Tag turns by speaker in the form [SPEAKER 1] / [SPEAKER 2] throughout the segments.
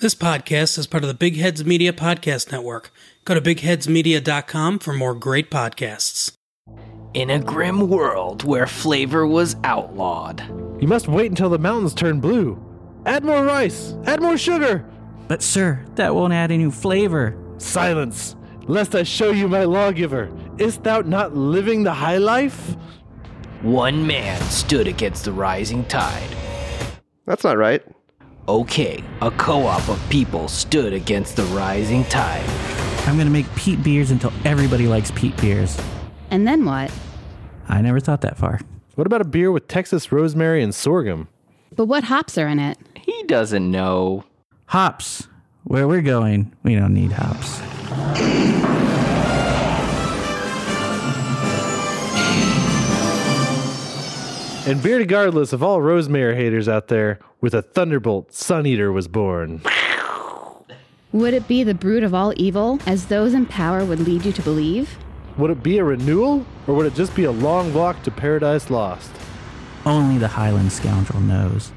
[SPEAKER 1] This podcast is part of the Big Heads Media Podcast Network. Go to bigheadsmedia.com for more great podcasts.
[SPEAKER 2] In a grim world where flavor was outlawed,
[SPEAKER 3] You must wait until the mountains turn blue. Add more rice. Add more sugar.
[SPEAKER 4] But sir, that won't add any flavor.
[SPEAKER 3] Silence, lest I show you my lawgiver. Ist thou not living the high life?
[SPEAKER 2] one man stood against the rising tide.
[SPEAKER 5] That's not right.
[SPEAKER 2] Okay, a co op of people stood against the rising tide.
[SPEAKER 4] I'm gonna make peat beers until everybody likes peat beers.
[SPEAKER 6] And then what?
[SPEAKER 4] I never thought that far.
[SPEAKER 3] What about a beer with Texas rosemary and sorghum?
[SPEAKER 6] But what hops are in it?
[SPEAKER 2] He doesn't know.
[SPEAKER 4] Hops. Where we're going, we don't need hops.
[SPEAKER 3] And beer regardless of all rosemary haters out there, with a thunderbolt, Sun Eater was born.
[SPEAKER 6] Would it be the brood of all evil, as those in power would lead you to believe?
[SPEAKER 3] Would it be a renewal, or would it just be a long walk to paradise lost?
[SPEAKER 4] Only the Highland scoundrel knows.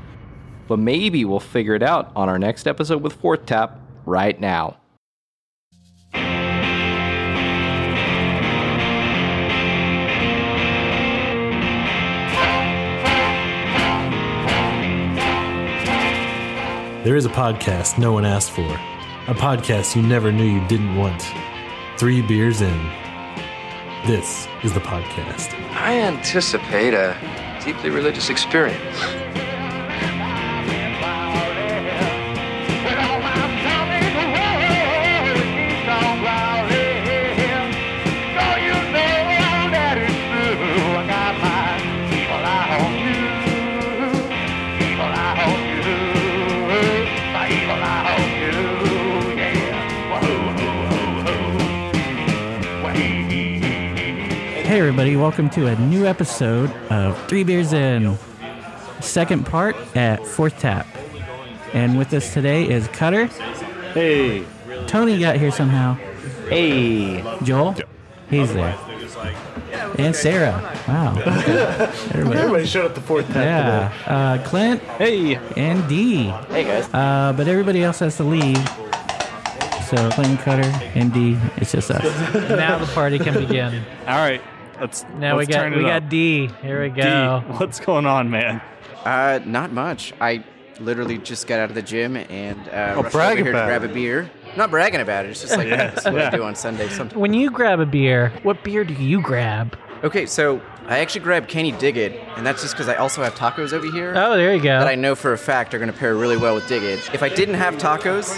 [SPEAKER 2] But maybe we'll figure it out on our next episode with Fourth Tap right now.
[SPEAKER 7] There is a podcast no one asked for, a podcast you never knew you didn't want. Three beers in. This is the podcast.
[SPEAKER 8] I anticipate a deeply religious experience.
[SPEAKER 4] Hey, everybody, welcome to a new episode of Three Beers In, second part at Fourth Tap. And with us today is Cutter.
[SPEAKER 3] Hey,
[SPEAKER 4] Tony got here somehow.
[SPEAKER 2] Hey,
[SPEAKER 4] Joel, he's there. And Sarah. Wow. Everybody.
[SPEAKER 3] everybody showed up the fourth time.
[SPEAKER 4] Yeah. Uh, Clint. Hey. And D. Hey guys. Uh, but everybody else has to leave. So Clint Cutter and D. It's just us.
[SPEAKER 9] now the party can begin.
[SPEAKER 10] All right, let's
[SPEAKER 9] Now
[SPEAKER 10] let's
[SPEAKER 9] we got
[SPEAKER 10] turn it
[SPEAKER 9] we
[SPEAKER 10] up.
[SPEAKER 9] got D. Here we go.
[SPEAKER 10] D, what's going on, man?
[SPEAKER 11] Uh, not much. I literally just got out of the gym and uh, rushed
[SPEAKER 3] Oh, brag
[SPEAKER 11] over here
[SPEAKER 3] about
[SPEAKER 11] to grab
[SPEAKER 3] it.
[SPEAKER 11] a beer. Not bragging about it. It's just like that's what I do on Sunday sometimes.
[SPEAKER 9] When you grab a beer, what beer do you grab?
[SPEAKER 11] Okay, so I actually grabbed Kenny Diggit, and that's just because I also have tacos over here
[SPEAKER 9] Oh, there you
[SPEAKER 11] that I
[SPEAKER 9] go.
[SPEAKER 11] know for a fact are going to pair really well with Diggit. If I didn't have tacos,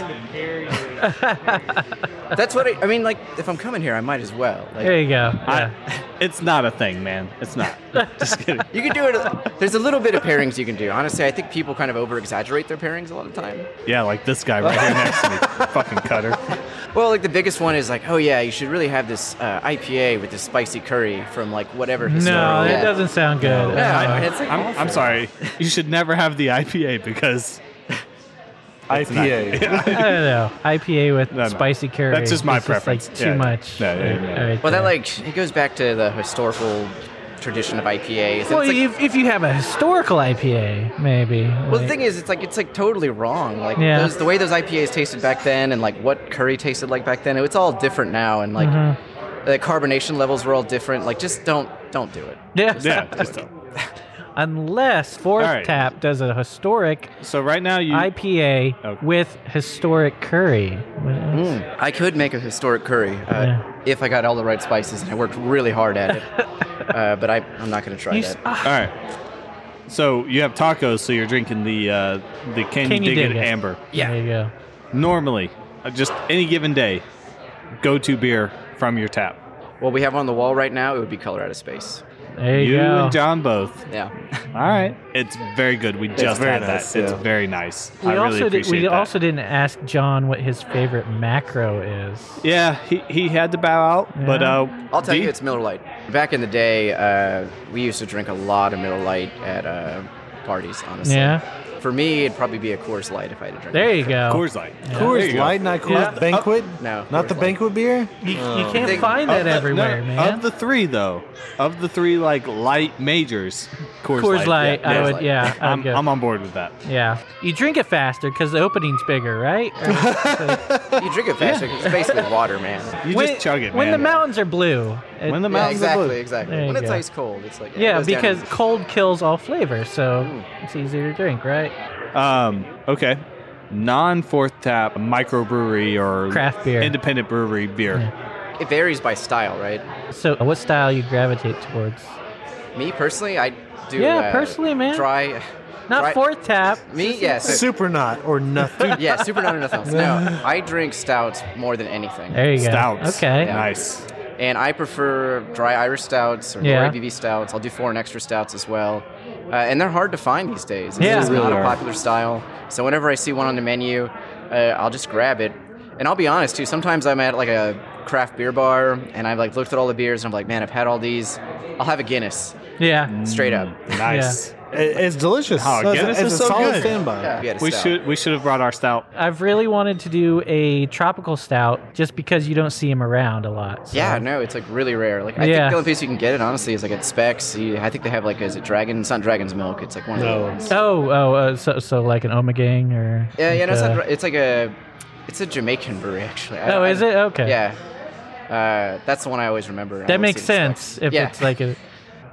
[SPEAKER 11] that's what I, I mean. Like, if I'm coming here, I might as well. Like,
[SPEAKER 9] There you go.
[SPEAKER 10] I-
[SPEAKER 9] Yeah.
[SPEAKER 10] it's not a thing, man. It's not. just kidding.
[SPEAKER 11] You can do it. There's a little bit of pairings you can do. Honestly, I think people kind of over exaggerate their pairings a lot of the time.
[SPEAKER 10] Yeah, like this guy right here next to me, fucking cutter.
[SPEAKER 11] Well, like the biggest one is like, oh yeah, you should really have this uh, IPA with this spicy curry from like whatever.
[SPEAKER 9] no,
[SPEAKER 11] historical-
[SPEAKER 9] it doesn't sound good.
[SPEAKER 11] No,
[SPEAKER 9] Uh,
[SPEAKER 11] I mean, it's like,
[SPEAKER 10] I'm, I'm sorry. You should never have the IPA because
[SPEAKER 3] IPA.
[SPEAKER 9] I don't know. IPA with
[SPEAKER 10] No, no.
[SPEAKER 9] spicy curry.
[SPEAKER 10] That's just my
[SPEAKER 9] It's
[SPEAKER 10] preference.
[SPEAKER 9] like
[SPEAKER 10] Yeah,
[SPEAKER 9] too
[SPEAKER 10] yeah.
[SPEAKER 9] much.
[SPEAKER 10] No, yeah, yeah.
[SPEAKER 9] Right
[SPEAKER 11] well, that
[SPEAKER 9] there.
[SPEAKER 11] like it goes back to the historical tradition of IPAs. and
[SPEAKER 9] Well,
[SPEAKER 11] it's like,
[SPEAKER 9] if, if you have a historical IPA, maybe.
[SPEAKER 11] well, the thing is, it's like it's like totally wrong. Like
[SPEAKER 9] Yeah.
[SPEAKER 11] those, the way those IPAs tasted back then, and like what curry tasted like back then, it's all different now, and like
[SPEAKER 9] Mm-hmm.
[SPEAKER 11] the carbonation levels were all different. Like just don't don't do it.
[SPEAKER 9] yeah.
[SPEAKER 10] yeah. just-
[SPEAKER 9] Unless Fourth
[SPEAKER 10] All right.
[SPEAKER 9] Tap does a historic
[SPEAKER 10] so right now you.
[SPEAKER 9] IPA
[SPEAKER 10] Okay.
[SPEAKER 9] with historic curry. What else?
[SPEAKER 11] Hmm. I could make a historic curry uh,
[SPEAKER 9] Yeah.
[SPEAKER 11] if I got all the right spices and I worked really hard at it. uh, but I, I'm not going to try
[SPEAKER 9] You
[SPEAKER 11] that.
[SPEAKER 9] s- ah,
[SPEAKER 12] uh
[SPEAKER 10] all right. So you have tacos, so you're drinking the uh, the can,
[SPEAKER 9] Can
[SPEAKER 10] you
[SPEAKER 9] you
[SPEAKER 10] dig,
[SPEAKER 9] dig
[SPEAKER 10] it
[SPEAKER 9] it?
[SPEAKER 10] amber.
[SPEAKER 9] There you go.
[SPEAKER 10] Normally, uh, just any given day, go to beer from your tap.
[SPEAKER 11] What we have on the wall right now, it would be Color Out of Space.
[SPEAKER 9] There you,
[SPEAKER 10] you
[SPEAKER 9] go.
[SPEAKER 10] and John both.
[SPEAKER 11] Yeah.
[SPEAKER 10] All right. It's very good. We just
[SPEAKER 3] very
[SPEAKER 10] had
[SPEAKER 3] nice,
[SPEAKER 10] that. It's
[SPEAKER 3] yeah.
[SPEAKER 10] very nice.
[SPEAKER 9] we
[SPEAKER 10] I
[SPEAKER 9] also
[SPEAKER 10] really
[SPEAKER 9] did-
[SPEAKER 10] appreciate
[SPEAKER 9] we
[SPEAKER 10] that.
[SPEAKER 9] also didn't ask John what his favorite macro is.
[SPEAKER 10] yeah, he, he had to bow out, but
[SPEAKER 9] Yeah.
[SPEAKER 10] uh,
[SPEAKER 11] I'll tell
[SPEAKER 10] D-
[SPEAKER 11] you, it's Miller Lite. Back in the day, uh, we used to drink a lot of Miller Lite at uh, parties, honestly.
[SPEAKER 9] Yeah.
[SPEAKER 11] For me, it'd probably be a Coors Light if I had to drink.
[SPEAKER 12] There
[SPEAKER 11] it.
[SPEAKER 12] you go.
[SPEAKER 4] Coors Light.
[SPEAKER 12] Yeah.
[SPEAKER 7] Coors
[SPEAKER 4] There you go.
[SPEAKER 7] Light, not Coors
[SPEAKER 12] Yeah.
[SPEAKER 7] Banquet.
[SPEAKER 11] No,
[SPEAKER 7] not
[SPEAKER 11] Coors
[SPEAKER 7] the
[SPEAKER 11] Light.
[SPEAKER 7] banquet beer.
[SPEAKER 12] You, you
[SPEAKER 7] Oh.
[SPEAKER 12] can't
[SPEAKER 11] They-
[SPEAKER 12] find that
[SPEAKER 4] Of the-
[SPEAKER 12] everywhere,
[SPEAKER 4] no,
[SPEAKER 12] man.
[SPEAKER 4] Of the three, though, of the three like light majors, Coors,
[SPEAKER 12] Coors Light,
[SPEAKER 4] yeah,
[SPEAKER 11] Coors
[SPEAKER 12] I
[SPEAKER 4] yeah.
[SPEAKER 12] would,
[SPEAKER 11] Light.
[SPEAKER 12] yeah, I would
[SPEAKER 4] I'm,
[SPEAKER 12] go.
[SPEAKER 4] I'm on board with that.
[SPEAKER 12] yeah, you drink it faster because the opening's bigger, right? Or- so-
[SPEAKER 11] You drink it faster. It's basically water, man.
[SPEAKER 4] You
[SPEAKER 12] when,
[SPEAKER 4] just chug it,
[SPEAKER 12] When the
[SPEAKER 4] man.
[SPEAKER 12] mountains are blue. It-
[SPEAKER 4] When the
[SPEAKER 11] Yeah,
[SPEAKER 4] mountains are
[SPEAKER 11] exactly,
[SPEAKER 4] blue.
[SPEAKER 11] exactly.
[SPEAKER 12] There
[SPEAKER 11] When
[SPEAKER 12] you
[SPEAKER 11] it's
[SPEAKER 12] go.
[SPEAKER 11] ice cold, it's like
[SPEAKER 12] yeah,
[SPEAKER 11] it goes down
[SPEAKER 12] because
[SPEAKER 11] easy.
[SPEAKER 12] cold kills all flavor, so
[SPEAKER 11] Hmm.
[SPEAKER 12] it's easier to drink, right?
[SPEAKER 4] Um, okay. Non fourth tap microbrewery or
[SPEAKER 12] Craft beer.
[SPEAKER 4] independent brewery beer.
[SPEAKER 11] it varies by style, right?
[SPEAKER 12] So, uh, what style you gravitate towards?
[SPEAKER 11] Me personally, I do.
[SPEAKER 12] Yeah,
[SPEAKER 11] uh,
[SPEAKER 12] personally, man.
[SPEAKER 11] Dry.
[SPEAKER 12] Not
[SPEAKER 11] dry-
[SPEAKER 12] fourth tap.
[SPEAKER 11] Me, yeah, so-
[SPEAKER 7] Super not or nothing.
[SPEAKER 11] yeah, super not enough else. No, I drink stouts more than anything.
[SPEAKER 12] There you go.
[SPEAKER 4] Stouts.
[SPEAKER 12] Okay.
[SPEAKER 11] Yeah.
[SPEAKER 4] Nice.
[SPEAKER 11] and I prefer dry Irish stouts or
[SPEAKER 12] Yeah.
[SPEAKER 11] more ABV stouts. I'll do foreign extra stouts as well. Uh, and they're hard to find these days. It's
[SPEAKER 12] Yeah.
[SPEAKER 11] just
[SPEAKER 12] They
[SPEAKER 11] not
[SPEAKER 4] really
[SPEAKER 11] a
[SPEAKER 4] are.
[SPEAKER 11] popular style. So whenever I see one on the menu, uh, I'll just grab it. And I'll be honest too. Sometimes I'm at like a craft beer bar and I've like looked at all the beers and I'm like, man, I've had all these. I'll have a Guinness
[SPEAKER 12] Yeah.
[SPEAKER 11] straight up.
[SPEAKER 12] Mm.
[SPEAKER 4] Nice.
[SPEAKER 7] It- it's delicious.
[SPEAKER 4] Oh,
[SPEAKER 7] it's
[SPEAKER 4] Guinness
[SPEAKER 7] a, it's
[SPEAKER 4] is
[SPEAKER 7] a
[SPEAKER 4] so
[SPEAKER 7] solid
[SPEAKER 4] good.
[SPEAKER 7] standby.
[SPEAKER 11] If you had a
[SPEAKER 4] We
[SPEAKER 11] stout.
[SPEAKER 4] should we should have brought our stout.
[SPEAKER 12] I've really wanted to do a tropical stout just because you don't see them around a lot. so-
[SPEAKER 11] Yeah, no, it's like really rare. Like I
[SPEAKER 12] Yeah.
[SPEAKER 11] think the only place you can get it honestly is like at Specs. You, I think they have like is it Dragon? It's not Dragon's Milk. It's like one of the ones.
[SPEAKER 12] Oh, oh, uh, so, so like an omegang or.
[SPEAKER 11] Yeah,
[SPEAKER 12] like
[SPEAKER 11] yeah, no, it's,
[SPEAKER 12] a-
[SPEAKER 11] not, it's like a, it's a Jamaican brewery actually. I-
[SPEAKER 12] Oh,
[SPEAKER 11] I-
[SPEAKER 12] is it? Okay.
[SPEAKER 11] Yeah, uh, that's the one I always remember. I
[SPEAKER 12] That
[SPEAKER 11] always
[SPEAKER 12] makes
[SPEAKER 11] see the specs.
[SPEAKER 12] sense if
[SPEAKER 11] Yeah.
[SPEAKER 12] it's like a.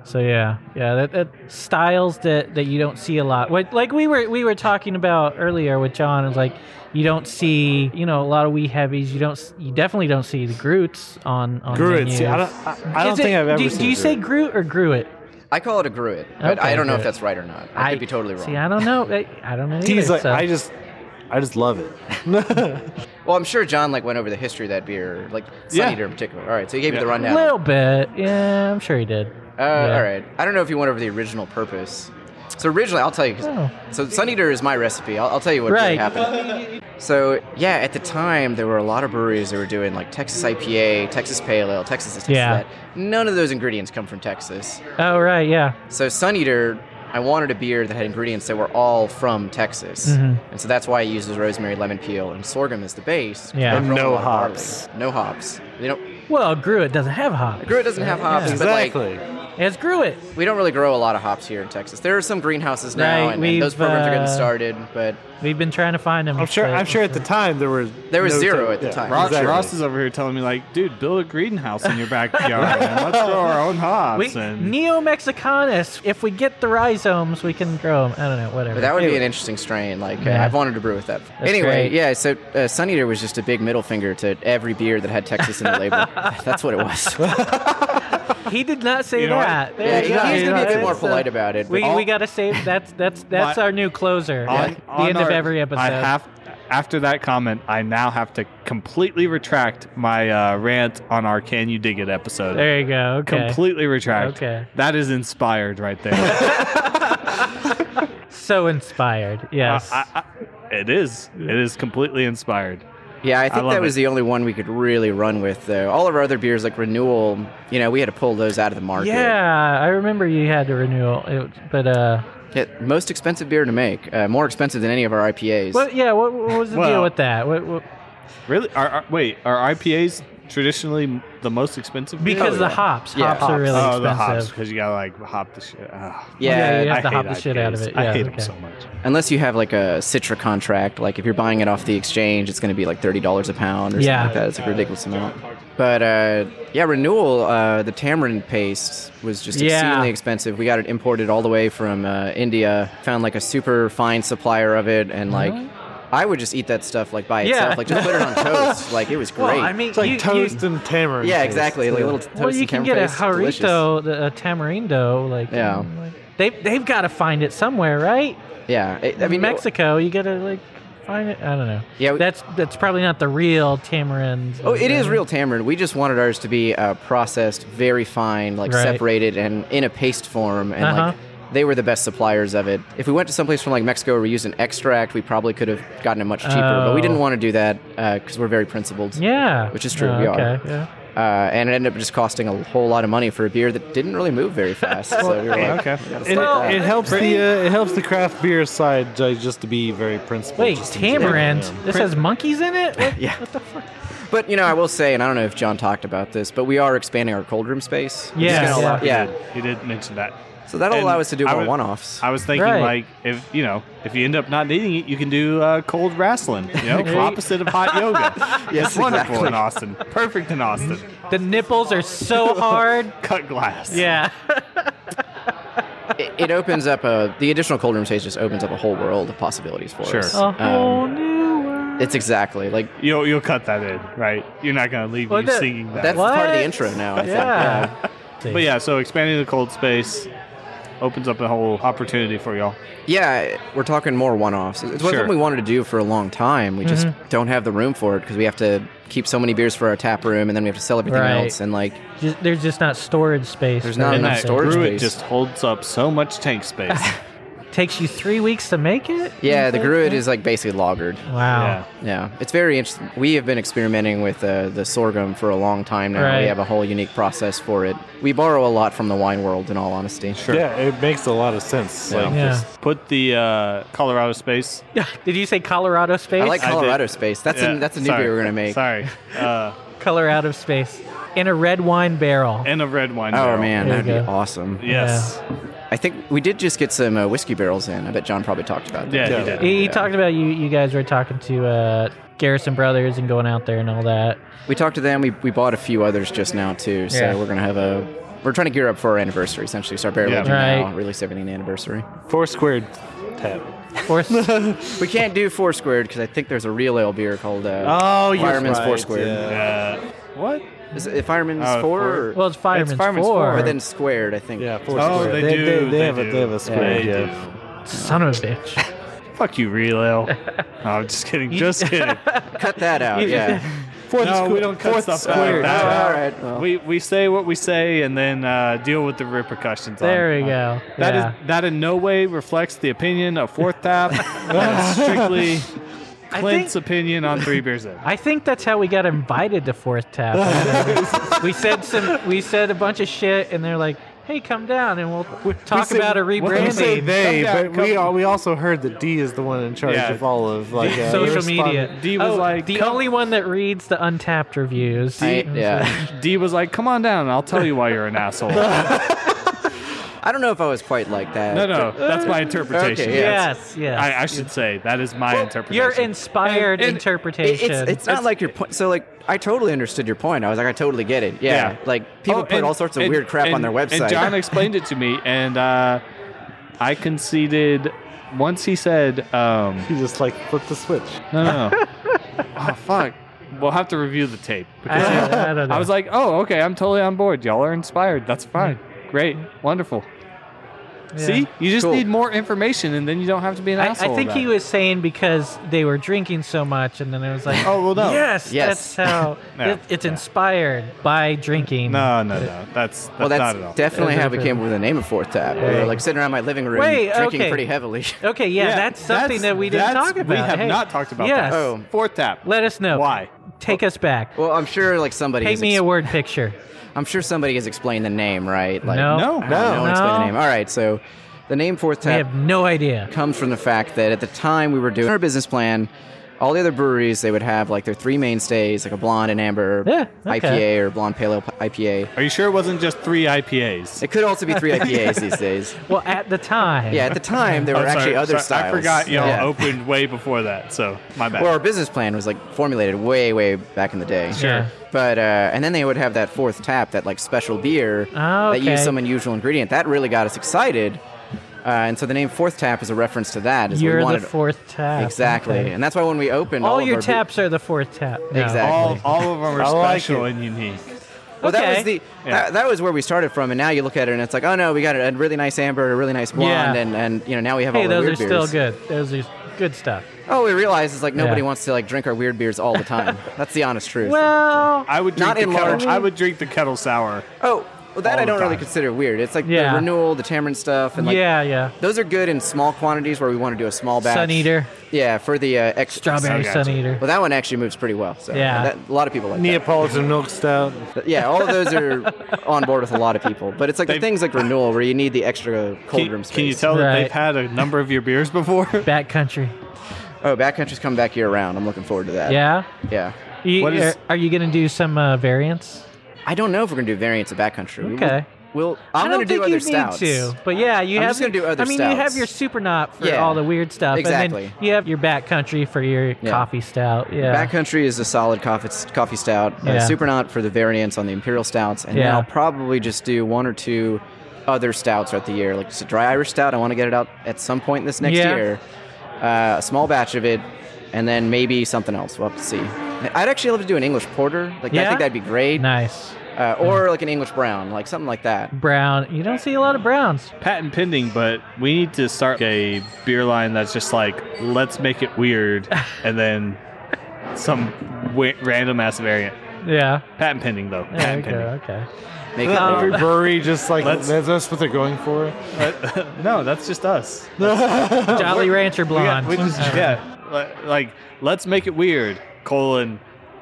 [SPEAKER 12] So yeah, yeah, that, that styles that that you don't see a lot. What like we were we were talking about earlier with John is like you don't see you know a lot of wee heavies. You don't s- you definitely don't see the Groots on on
[SPEAKER 7] Grits.
[SPEAKER 12] menus.
[SPEAKER 7] Yeah, I don't, I, I
[SPEAKER 12] Is
[SPEAKER 7] don't
[SPEAKER 12] it-
[SPEAKER 7] think I've ever
[SPEAKER 12] do,
[SPEAKER 7] seen.
[SPEAKER 12] Do you
[SPEAKER 7] Gruit's.
[SPEAKER 12] say Groot or Gruit?
[SPEAKER 11] I call it a gruit, but
[SPEAKER 12] Okay,
[SPEAKER 11] I don't know
[SPEAKER 12] gruit.
[SPEAKER 11] if that's right or not. I, could be totally wrong.
[SPEAKER 12] See, I don't know. I, I don't know.
[SPEAKER 7] He's
[SPEAKER 12] either,
[SPEAKER 7] like,
[SPEAKER 12] so-
[SPEAKER 7] I just, I just love it.
[SPEAKER 11] well, I'm sure John like went over the history of that beer, like Sun
[SPEAKER 4] Yeah.
[SPEAKER 11] Eater in particular. All right, so he gave
[SPEAKER 4] Yeah.
[SPEAKER 11] you the rundown.
[SPEAKER 12] little bit. Yeah, I'm sure he did.
[SPEAKER 11] Uh,
[SPEAKER 12] Yeah.
[SPEAKER 11] All right. I don't know if you went over the original purpose. So originally, I'll tell you. 'cause-
[SPEAKER 12] Oh.
[SPEAKER 11] So Sun Eater is my recipe. I'll, I'll tell you what
[SPEAKER 12] Right.
[SPEAKER 11] really happened. So yeah, at the time there were a lot of breweries that were doing like Texas IPA, Texas Pale Ale, Texas this, Texas
[SPEAKER 12] Yeah.
[SPEAKER 11] that. None of those ingredients come from Texas.
[SPEAKER 12] Oh right, yeah.
[SPEAKER 11] So Sun Eater, I wanted a beer that had ingredients that were all from Texas,
[SPEAKER 12] Mm-hmm.
[SPEAKER 11] and so that's why I uses rosemary, lemon peel, and sorghum as the base.
[SPEAKER 12] Yeah.
[SPEAKER 11] They grow
[SPEAKER 7] No
[SPEAKER 11] a lot of barley.
[SPEAKER 7] hops.
[SPEAKER 11] No hops. They don't.
[SPEAKER 12] Well, Gruit doesn't have hops.
[SPEAKER 11] Gruit doesn't have hops, but like
[SPEAKER 7] Exactly.
[SPEAKER 12] It's Gruit.
[SPEAKER 11] we don't really grow a lot of hops here in Texas. There are some greenhouses now,
[SPEAKER 12] Right,
[SPEAKER 11] and, and those
[SPEAKER 12] we've,
[SPEAKER 11] programs are
[SPEAKER 12] uh,
[SPEAKER 11] getting started, but
[SPEAKER 12] We've been trying to find him.
[SPEAKER 7] I'm sure.
[SPEAKER 12] but-
[SPEAKER 7] I'm sure at the time there were
[SPEAKER 11] There was
[SPEAKER 7] no
[SPEAKER 11] zero
[SPEAKER 7] ta-
[SPEAKER 11] at the
[SPEAKER 7] yeah,
[SPEAKER 11] time.
[SPEAKER 4] Ross,
[SPEAKER 7] exactly.
[SPEAKER 4] Ross is over here telling me like, dude, build a greenhouse in your backyard and let's grow our own hops.
[SPEAKER 12] We,
[SPEAKER 4] and
[SPEAKER 12] Neo Mexicanus. If we get the rhizomes, we can grow them. I don't know. Whatever.
[SPEAKER 11] but that would be an interesting strain. Like uh,
[SPEAKER 12] Yeah.
[SPEAKER 11] I've wanted to brew with that. anyway,
[SPEAKER 12] great.
[SPEAKER 11] yeah. So uh, Sun Eater was just a big middle finger to every beer that had Texas in the label. That's what it was.
[SPEAKER 12] he did not say
[SPEAKER 4] You know what?
[SPEAKER 12] that.
[SPEAKER 11] yeah,
[SPEAKER 12] There
[SPEAKER 11] he,
[SPEAKER 12] you go.
[SPEAKER 11] he's gonna be a bit more
[SPEAKER 12] So,
[SPEAKER 11] polite about it. but-
[SPEAKER 12] We, we gotta save that's that's that's our new closer
[SPEAKER 4] on-
[SPEAKER 12] at the
[SPEAKER 4] on
[SPEAKER 12] end of
[SPEAKER 4] our-
[SPEAKER 12] every episode.
[SPEAKER 4] I have after that comment, I now have to completely retract my uh, rant on our "Can You Dig It" episode.
[SPEAKER 12] there you go. Okay.
[SPEAKER 4] Completely retract.
[SPEAKER 12] Okay.
[SPEAKER 4] That is inspired right there.
[SPEAKER 12] so inspired. Yes.
[SPEAKER 4] I, I, it is. It is completely inspired.
[SPEAKER 11] Yeah, I think
[SPEAKER 4] love
[SPEAKER 11] that was
[SPEAKER 4] it.
[SPEAKER 11] the only one we could really run with, though. All of our other beers, like Renewal, you know, we had to pull those out of the market.
[SPEAKER 12] yeah, I remember you had a renewal, it, but uh,
[SPEAKER 11] Yeah, most expensive beer to make, uh, more expensive than any of our IPAs.
[SPEAKER 12] what? Yeah, what, what was the deal
[SPEAKER 4] Well-
[SPEAKER 12] with that? What, what,
[SPEAKER 4] Really? Are, are, wait, are IPAs traditionally the most expensive? beer?
[SPEAKER 12] because
[SPEAKER 11] Oh,
[SPEAKER 12] the
[SPEAKER 11] yeah.
[SPEAKER 12] hops,
[SPEAKER 11] Yeah,
[SPEAKER 12] hops, are really
[SPEAKER 4] oh,
[SPEAKER 12] expensive.
[SPEAKER 4] the hops, because you gotta like hop the shit. Ugh.
[SPEAKER 11] Yeah,
[SPEAKER 12] you have
[SPEAKER 4] I
[SPEAKER 12] to
[SPEAKER 4] hate
[SPEAKER 12] hop the shit out of
[SPEAKER 4] IPAs.
[SPEAKER 12] it.
[SPEAKER 4] I
[SPEAKER 12] Yeah,
[SPEAKER 4] hate
[SPEAKER 12] okay.
[SPEAKER 4] them so much.
[SPEAKER 11] Unless you have like a Citra contract, like if you're buying it off the exchange, it's going to be like thirty dollars a pound or
[SPEAKER 12] Yeah.
[SPEAKER 11] something like that. It's a ridiculous amount. But uh, yeah, Renewal, uh, the tamarind paste was just
[SPEAKER 12] Yeah.
[SPEAKER 11] exceedingly expensive. We got it imported all the way from uh, India. Found like a super fine supplier of it, and like. I would just eat that stuff like by
[SPEAKER 12] Uh-huh. Yeah.
[SPEAKER 11] itself, like just put it on toast. Like it was great.
[SPEAKER 12] Well, I mean,
[SPEAKER 7] It's like
[SPEAKER 12] you,
[SPEAKER 7] toast
[SPEAKER 12] You,
[SPEAKER 7] and tamarind.
[SPEAKER 11] Yeah,
[SPEAKER 7] paste.
[SPEAKER 11] exactly. Like a little toast
[SPEAKER 12] well, you
[SPEAKER 11] and
[SPEAKER 12] can
[SPEAKER 11] camembert
[SPEAKER 12] get a
[SPEAKER 11] paste. It's delicious.
[SPEAKER 12] harito, the- a tamarindo, like
[SPEAKER 11] Yeah.
[SPEAKER 12] um, like- they they've got to find it somewhere, right?
[SPEAKER 11] Yeah, I- I mean
[SPEAKER 12] Mexico, you gotta like find it. I don't know.
[SPEAKER 11] Yeah, we-
[SPEAKER 12] that's that's probably not the real tamarind.
[SPEAKER 11] Oh, it is real tamarind. We just wanted ours to be uh, processed, very fine, like
[SPEAKER 12] Right.
[SPEAKER 11] separated and in a paste form, and
[SPEAKER 12] Uh-huh.
[SPEAKER 11] like they were the best suppliers of it. If we went to someplace from like Mexico where we used an extract, we probably could have gotten it much cheaper, but
[SPEAKER 12] Oh.
[SPEAKER 11] we didn't want to do that because uh, we're very principled.
[SPEAKER 12] Yeah,
[SPEAKER 11] Which is true,
[SPEAKER 12] Oh,
[SPEAKER 11] we are.
[SPEAKER 12] okay, yeah.
[SPEAKER 11] Uh, and it ended up just costing a whole lot of money for a beer that didn't really move very fast. so
[SPEAKER 4] Oh,
[SPEAKER 11] we were like,
[SPEAKER 13] okay.
[SPEAKER 11] "We gotta
[SPEAKER 13] It,
[SPEAKER 11] stop that."
[SPEAKER 13] it helps the uh, it helps the craft beer side uh, just to be very principled.
[SPEAKER 12] Wait,
[SPEAKER 13] just in general.
[SPEAKER 12] tamarind.
[SPEAKER 13] Yeah.
[SPEAKER 12] This has monkeys in it. What-
[SPEAKER 11] yeah. But you know, I will say, and I don't know if John talked about this, but we are expanding our cold room space. Which is
[SPEAKER 4] Yes.
[SPEAKER 11] gonna allow-
[SPEAKER 4] Yeah,
[SPEAKER 11] yeah.
[SPEAKER 4] he He did mention that.
[SPEAKER 11] So that'll
[SPEAKER 4] And
[SPEAKER 11] allow us to do
[SPEAKER 4] I
[SPEAKER 11] more
[SPEAKER 4] was-
[SPEAKER 11] one-offs.
[SPEAKER 4] I was thinking
[SPEAKER 11] Right.
[SPEAKER 4] like if you know if you end up not needing it, you can do uh, cold wrestling. You know,
[SPEAKER 12] Right.
[SPEAKER 4] opposite of hot yoga.
[SPEAKER 11] Yes,
[SPEAKER 4] It's wonderful
[SPEAKER 11] exactly.
[SPEAKER 4] in Austin. Perfect in Austin.
[SPEAKER 12] The nipples are so hard.
[SPEAKER 4] Cut glass.
[SPEAKER 12] Yeah.
[SPEAKER 11] It, it opens up a the additional cold room space just opens up a whole world of possibilities for
[SPEAKER 4] Sure.
[SPEAKER 11] us.
[SPEAKER 12] Oh.
[SPEAKER 4] A whole
[SPEAKER 12] new
[SPEAKER 11] It's exactly like
[SPEAKER 4] You'll you'll cut that in, right? You're not gonna leave
[SPEAKER 11] Well,
[SPEAKER 4] me
[SPEAKER 11] that-
[SPEAKER 4] singing that.
[SPEAKER 11] that's part of the What? intro now, I think, Yeah. yeah.
[SPEAKER 4] But yeah, so expanding the cold space opens up a whole opportunity for y'all.
[SPEAKER 11] yeah, we're talking more one-offs. It's
[SPEAKER 4] Sure. Mm-hmm.
[SPEAKER 11] something we wanted to do for a long time. We just
[SPEAKER 12] Mhm.
[SPEAKER 11] don't have the room for it because we have to keep so many beers for our tap room, and then we have to sell everything
[SPEAKER 12] Right.
[SPEAKER 11] else. And like,
[SPEAKER 12] Just, there's just not storage space.
[SPEAKER 11] There's
[SPEAKER 12] for
[SPEAKER 11] not
[SPEAKER 4] and
[SPEAKER 12] everything.
[SPEAKER 4] that brew it just holds up so much tank space.
[SPEAKER 12] takes you three weeks to make it.
[SPEAKER 11] yeah, the
[SPEAKER 12] You
[SPEAKER 11] Gruid
[SPEAKER 12] think?
[SPEAKER 11] is like basically lagered.
[SPEAKER 12] Wow.
[SPEAKER 11] Yeah, it's very interesting. We have been experimenting with uh, the sorghum for a long time now.
[SPEAKER 12] Right.
[SPEAKER 11] We have a whole unique process for it. We borrow a lot from the wine world, in all honesty. Sure.
[SPEAKER 13] Yeah, it makes a lot of sense.
[SPEAKER 11] Yeah.
[SPEAKER 13] Like,
[SPEAKER 11] Yeah.
[SPEAKER 13] just-
[SPEAKER 4] Put the uh, Colorado space.
[SPEAKER 12] Did you say Colorado space?
[SPEAKER 11] I like
[SPEAKER 4] I did.
[SPEAKER 11] Colorado space. That's
[SPEAKER 4] Yeah,
[SPEAKER 11] a, that's a new
[SPEAKER 4] sorry.
[SPEAKER 11] beer we're gonna make.
[SPEAKER 4] Sorry. Uh,
[SPEAKER 12] Color out of space in a red wine barrel.
[SPEAKER 4] and a red wine.
[SPEAKER 11] Oh
[SPEAKER 4] barrel.
[SPEAKER 11] man,
[SPEAKER 12] There you
[SPEAKER 11] that'd be
[SPEAKER 12] go.
[SPEAKER 11] awesome.
[SPEAKER 4] Yes.
[SPEAKER 11] I think we did just get some uh, whiskey barrels in. I bet John probably talked about that.
[SPEAKER 4] Yeah, he did.
[SPEAKER 12] You, you talked about you. You guys were talking to uh, Garrison Brothers and going out there and all that.
[SPEAKER 11] We talked to them. We, we bought a few others just now too. So
[SPEAKER 12] Yeah.
[SPEAKER 11] we're gonna have a. We're trying to gear up for our anniversary essentially. Start barrel
[SPEAKER 4] Yeah.
[SPEAKER 11] aging now.
[SPEAKER 12] Right.
[SPEAKER 11] Release everything in the anniversary.
[SPEAKER 13] Four squared tap.
[SPEAKER 12] Or
[SPEAKER 11] we can't do four squared because I think there's a real ale beer called uh,
[SPEAKER 13] Oh, you're
[SPEAKER 11] Fireman's
[SPEAKER 13] right,
[SPEAKER 11] Four Squared.
[SPEAKER 4] Uh, what?
[SPEAKER 11] Is it Fireman's
[SPEAKER 4] Oh,
[SPEAKER 11] Four?
[SPEAKER 4] four.
[SPEAKER 11] Or?
[SPEAKER 12] well, it's Fireman's,
[SPEAKER 4] Fireman's
[SPEAKER 12] Four.
[SPEAKER 4] Four.
[SPEAKER 11] But then squared, I think.
[SPEAKER 13] Yeah, four
[SPEAKER 4] Oh,
[SPEAKER 13] squared.
[SPEAKER 4] they do,
[SPEAKER 13] They,
[SPEAKER 4] they
[SPEAKER 13] have a
[SPEAKER 4] do.
[SPEAKER 13] they have a squared.
[SPEAKER 4] They
[SPEAKER 13] Yeah.
[SPEAKER 12] Son of a bitch.
[SPEAKER 4] Fuck you, real ale. no, I'm just kidding. Just kidding.
[SPEAKER 11] Cut that out. yeah.
[SPEAKER 13] Fourth
[SPEAKER 4] no, we
[SPEAKER 13] squared-
[SPEAKER 4] don't cut
[SPEAKER 13] fourth
[SPEAKER 4] stuff out.
[SPEAKER 13] squared.
[SPEAKER 4] That-
[SPEAKER 11] All right. Well,
[SPEAKER 4] We we say what we say and then uh, deal with the repercussions. on-
[SPEAKER 12] There we
[SPEAKER 4] on-
[SPEAKER 12] go.
[SPEAKER 4] That is
[SPEAKER 12] Yeah.
[SPEAKER 4] that in no way reflects the opinion of Fourth Tap. That's strictly
[SPEAKER 12] I
[SPEAKER 4] Clint's
[SPEAKER 12] think-
[SPEAKER 4] opinion on Three Beers In.
[SPEAKER 12] I think that's how we got invited to Fourth Tap. we said some. We said a bunch of shit, and they're like, "Hey, come down, and we'll talk
[SPEAKER 13] say-
[SPEAKER 12] about a
[SPEAKER 13] We say
[SPEAKER 12] rebranding."
[SPEAKER 13] they,
[SPEAKER 4] Come down,
[SPEAKER 13] but we
[SPEAKER 4] come-
[SPEAKER 13] all, we also heard that D is the one in charge
[SPEAKER 4] Yeah.
[SPEAKER 13] of all of like uh,
[SPEAKER 12] Social
[SPEAKER 13] respon-
[SPEAKER 12] media.
[SPEAKER 4] D was
[SPEAKER 12] Oh,
[SPEAKER 4] like,
[SPEAKER 12] the
[SPEAKER 4] "Come-
[SPEAKER 12] only one that reads the Untapped reviews.
[SPEAKER 11] I,
[SPEAKER 12] It was like-
[SPEAKER 11] yeah.
[SPEAKER 4] D was like, "Come on down, and I'll tell you why you're an asshole." no,
[SPEAKER 11] I don't know if I was quite like that.
[SPEAKER 4] no, that's my interpretation.
[SPEAKER 11] Okay, yeah.
[SPEAKER 12] Yes. Yes.
[SPEAKER 4] I, I should say that is my interpretation.
[SPEAKER 12] Your
[SPEAKER 4] And-
[SPEAKER 12] inspired
[SPEAKER 4] and
[SPEAKER 11] It-
[SPEAKER 12] interpretation.
[SPEAKER 11] it's it's not like your point. So like, I totally understood your point. I was like, I totally get it. Yeah.
[SPEAKER 4] Yeah.
[SPEAKER 11] Like people
[SPEAKER 4] Oh,
[SPEAKER 11] put
[SPEAKER 4] and-
[SPEAKER 11] all sorts of
[SPEAKER 4] and-
[SPEAKER 11] weird crap on
[SPEAKER 4] and-
[SPEAKER 11] their website.
[SPEAKER 4] And John explained it to me, and uh, I conceded once he said, um,
[SPEAKER 13] You just like flip the switch.
[SPEAKER 4] "No, no, no. oh fuck, we'll have to review the tape."
[SPEAKER 12] I,
[SPEAKER 4] Because
[SPEAKER 12] don't- I don't know.
[SPEAKER 4] I was like, "Oh, okay, I'm totally on board. Y'all are inspired. That's fine. Great, wonderful."
[SPEAKER 12] Yeah.
[SPEAKER 4] See, you just
[SPEAKER 11] Cool.
[SPEAKER 4] need more information, and then you don't have to be an
[SPEAKER 12] I, I
[SPEAKER 4] asshole.
[SPEAKER 12] think
[SPEAKER 4] about
[SPEAKER 12] he
[SPEAKER 4] it.
[SPEAKER 12] was saying because they were drinking so much, and then it was like,
[SPEAKER 4] Oh well, no.
[SPEAKER 12] yes,
[SPEAKER 11] Yes.
[SPEAKER 12] that's how
[SPEAKER 4] No.
[SPEAKER 12] it- it's inspired by drinking.
[SPEAKER 4] No, no, no. That's, that's
[SPEAKER 11] well,
[SPEAKER 4] not at all.
[SPEAKER 11] that's definitely
[SPEAKER 12] That's
[SPEAKER 11] how
[SPEAKER 12] not
[SPEAKER 11] we
[SPEAKER 12] true.
[SPEAKER 11] came up with the name of Fourth Tap. We
[SPEAKER 12] Yeah.
[SPEAKER 11] were like sitting around my living room,
[SPEAKER 12] Wait,
[SPEAKER 11] drinking
[SPEAKER 12] okay.
[SPEAKER 11] pretty heavily.
[SPEAKER 12] Okay, yeah,
[SPEAKER 4] Yeah,
[SPEAKER 12] that's something that we didn't
[SPEAKER 4] that's-
[SPEAKER 12] talk about.
[SPEAKER 4] We have
[SPEAKER 12] Hey,
[SPEAKER 4] not talked about
[SPEAKER 12] yes.
[SPEAKER 4] that.
[SPEAKER 11] Oh.
[SPEAKER 4] Fourth tap.
[SPEAKER 12] Let us know.
[SPEAKER 4] Why?
[SPEAKER 12] Take us back.
[SPEAKER 11] Well, I'm sure like somebody.
[SPEAKER 12] Paint
[SPEAKER 11] has
[SPEAKER 12] me
[SPEAKER 11] ex-
[SPEAKER 12] a word picture.
[SPEAKER 11] I'm sure somebody has explained the name, right? Like,
[SPEAKER 12] no,
[SPEAKER 4] no.
[SPEAKER 11] I don't know,
[SPEAKER 12] No.
[SPEAKER 11] Explain
[SPEAKER 12] No.
[SPEAKER 11] the name. All right. So, the name Fourth
[SPEAKER 12] we
[SPEAKER 11] Tap.
[SPEAKER 12] have no idea.
[SPEAKER 11] comes from the fact that at the time we were doing our business plan, all the other breweries they would have like their three mainstays, like a blonde and amber
[SPEAKER 12] Yeah, okay.
[SPEAKER 11] IPA or blonde pale ale IPA.
[SPEAKER 4] Are you sure it wasn't just three IPAs?
[SPEAKER 11] It could also be three IPAs these days.
[SPEAKER 12] Well, at the time,
[SPEAKER 11] Yeah, at the time there
[SPEAKER 4] Oh,
[SPEAKER 11] were
[SPEAKER 4] sorry,
[SPEAKER 11] actually other
[SPEAKER 4] sorry,
[SPEAKER 11] styles.
[SPEAKER 4] I forgot y'all
[SPEAKER 11] Yeah.
[SPEAKER 4] opened way before that, so my bad.
[SPEAKER 11] Well, our business plan was like formulated way, way back in the day.
[SPEAKER 12] Sure.
[SPEAKER 11] But uh, and then they would have that fourth tap, that like special beer
[SPEAKER 12] Oh,
[SPEAKER 11] that used
[SPEAKER 12] okay.
[SPEAKER 11] some unusual ingredient. That really got us excited. Uh, and so the name fourth tap is a reference to that. Is we
[SPEAKER 12] you're the
[SPEAKER 11] wanted
[SPEAKER 12] fourth tap.
[SPEAKER 11] exactly,
[SPEAKER 12] Okay.
[SPEAKER 11] and that's why when we opened
[SPEAKER 12] All
[SPEAKER 11] of
[SPEAKER 12] your
[SPEAKER 11] our be-
[SPEAKER 12] taps are the fourth tap. No.
[SPEAKER 11] Exactly.
[SPEAKER 4] all, all of them are
[SPEAKER 13] I like
[SPEAKER 4] special
[SPEAKER 13] it.
[SPEAKER 4] and unique.
[SPEAKER 11] Well, that
[SPEAKER 12] Okay.
[SPEAKER 11] was the
[SPEAKER 4] Yeah.
[SPEAKER 11] that, that was where we started from, and now you look at it and it's like, oh no, we got a really nice amber, a really nice blonde,
[SPEAKER 12] Yeah.
[SPEAKER 11] and and you know now we have
[SPEAKER 12] Hey,
[SPEAKER 11] all the
[SPEAKER 12] those are
[SPEAKER 11] weird
[SPEAKER 12] still
[SPEAKER 11] beers.
[SPEAKER 12] good. Those are good stuff.
[SPEAKER 11] Oh, we realize it's like nobody
[SPEAKER 12] Yeah.
[SPEAKER 11] wants to like drink our weird beers all the time. That's the honest truth.
[SPEAKER 12] Well,
[SPEAKER 4] I would drink
[SPEAKER 11] Not
[SPEAKER 4] the
[SPEAKER 11] in
[SPEAKER 4] kettle,
[SPEAKER 11] large-
[SPEAKER 4] I would drink the kettle sour.
[SPEAKER 11] oh, Well, that
[SPEAKER 12] all
[SPEAKER 11] I
[SPEAKER 12] the
[SPEAKER 11] don't really
[SPEAKER 12] time.
[SPEAKER 11] consider weird. It's like
[SPEAKER 12] Yeah.
[SPEAKER 11] the renewal, the tamarind stuff, and like
[SPEAKER 12] Yeah, yeah.
[SPEAKER 11] Those are good in small quantities where we want to do a small batch.
[SPEAKER 12] Sun Eater.
[SPEAKER 11] Yeah, for the uh, extra
[SPEAKER 12] Strawberry
[SPEAKER 11] Gotcha.
[SPEAKER 12] Sun Eater.
[SPEAKER 11] Well, that one actually moves pretty well. So
[SPEAKER 12] Yeah.
[SPEAKER 11] that, a lot of people like that.
[SPEAKER 13] Neapolitan milk stout.
[SPEAKER 11] Yeah, all of those are on board with a lot of people. But it's like the things like renewal where you need the extra cold
[SPEAKER 4] Can-
[SPEAKER 11] room space.
[SPEAKER 4] can you tell that they've had a number of your beers before?
[SPEAKER 12] Backcountry.
[SPEAKER 11] Oh, backcountry's coming back year round. I'm looking forward to that.
[SPEAKER 12] Yeah?
[SPEAKER 11] Yeah.
[SPEAKER 12] You- are, are you gonna do some uh, variants?
[SPEAKER 11] I don't know if we're gonna do variants of backcountry. We-
[SPEAKER 12] Okay.
[SPEAKER 11] We'll. I'm
[SPEAKER 12] I
[SPEAKER 11] gonna
[SPEAKER 12] don't
[SPEAKER 11] do
[SPEAKER 12] think
[SPEAKER 11] other
[SPEAKER 12] you
[SPEAKER 11] stouts.
[SPEAKER 12] Need to, but yeah, you
[SPEAKER 11] I'm
[SPEAKER 12] have.
[SPEAKER 11] just gonna do other
[SPEAKER 12] I mean, you have
[SPEAKER 11] stouts.
[SPEAKER 12] your super knot for
[SPEAKER 11] Yeah.
[SPEAKER 12] all the weird stuff,
[SPEAKER 11] Exactly.
[SPEAKER 12] and then you have your backcountry for your coffee stout. Yeah.
[SPEAKER 11] Backcountry is a solid coffee, coffee stout. Uh,
[SPEAKER 12] Yeah.
[SPEAKER 11] Supernaut for the variants on the imperial stouts, and then
[SPEAKER 12] Yeah.
[SPEAKER 11] I'll probably just do one or two other stouts throughout the year. Like just a dry Irish stout, I want to get it out at some point this next
[SPEAKER 12] Yeah.
[SPEAKER 11] year. Uh, a small batch of it, and then maybe something else. We'll have to see. I'd actually love to do an English porter. Like I
[SPEAKER 12] Yeah?
[SPEAKER 11] think that'd be great.
[SPEAKER 12] Nice.
[SPEAKER 11] Uh, or like an English brown, like something like that.
[SPEAKER 12] Brown. You don't see a lot of browns.
[SPEAKER 4] Patent pending, but we need
[SPEAKER 12] Oh.
[SPEAKER 4] to start a beer line that's just like, let's make it weird, and then some w- random ass variant.
[SPEAKER 12] Yeah.
[SPEAKER 4] Patent pending though.
[SPEAKER 12] There
[SPEAKER 4] Patent
[SPEAKER 12] we
[SPEAKER 4] pending.
[SPEAKER 12] go, okay.
[SPEAKER 13] Every brewery just like
[SPEAKER 4] Let's-
[SPEAKER 13] that's that's what they're going for.
[SPEAKER 4] no, that's just us.
[SPEAKER 12] Jolly
[SPEAKER 4] We're-
[SPEAKER 12] Rancher
[SPEAKER 4] we got-
[SPEAKER 12] Blonde.
[SPEAKER 4] we just- yeah, li- like let's make it weird. Colon,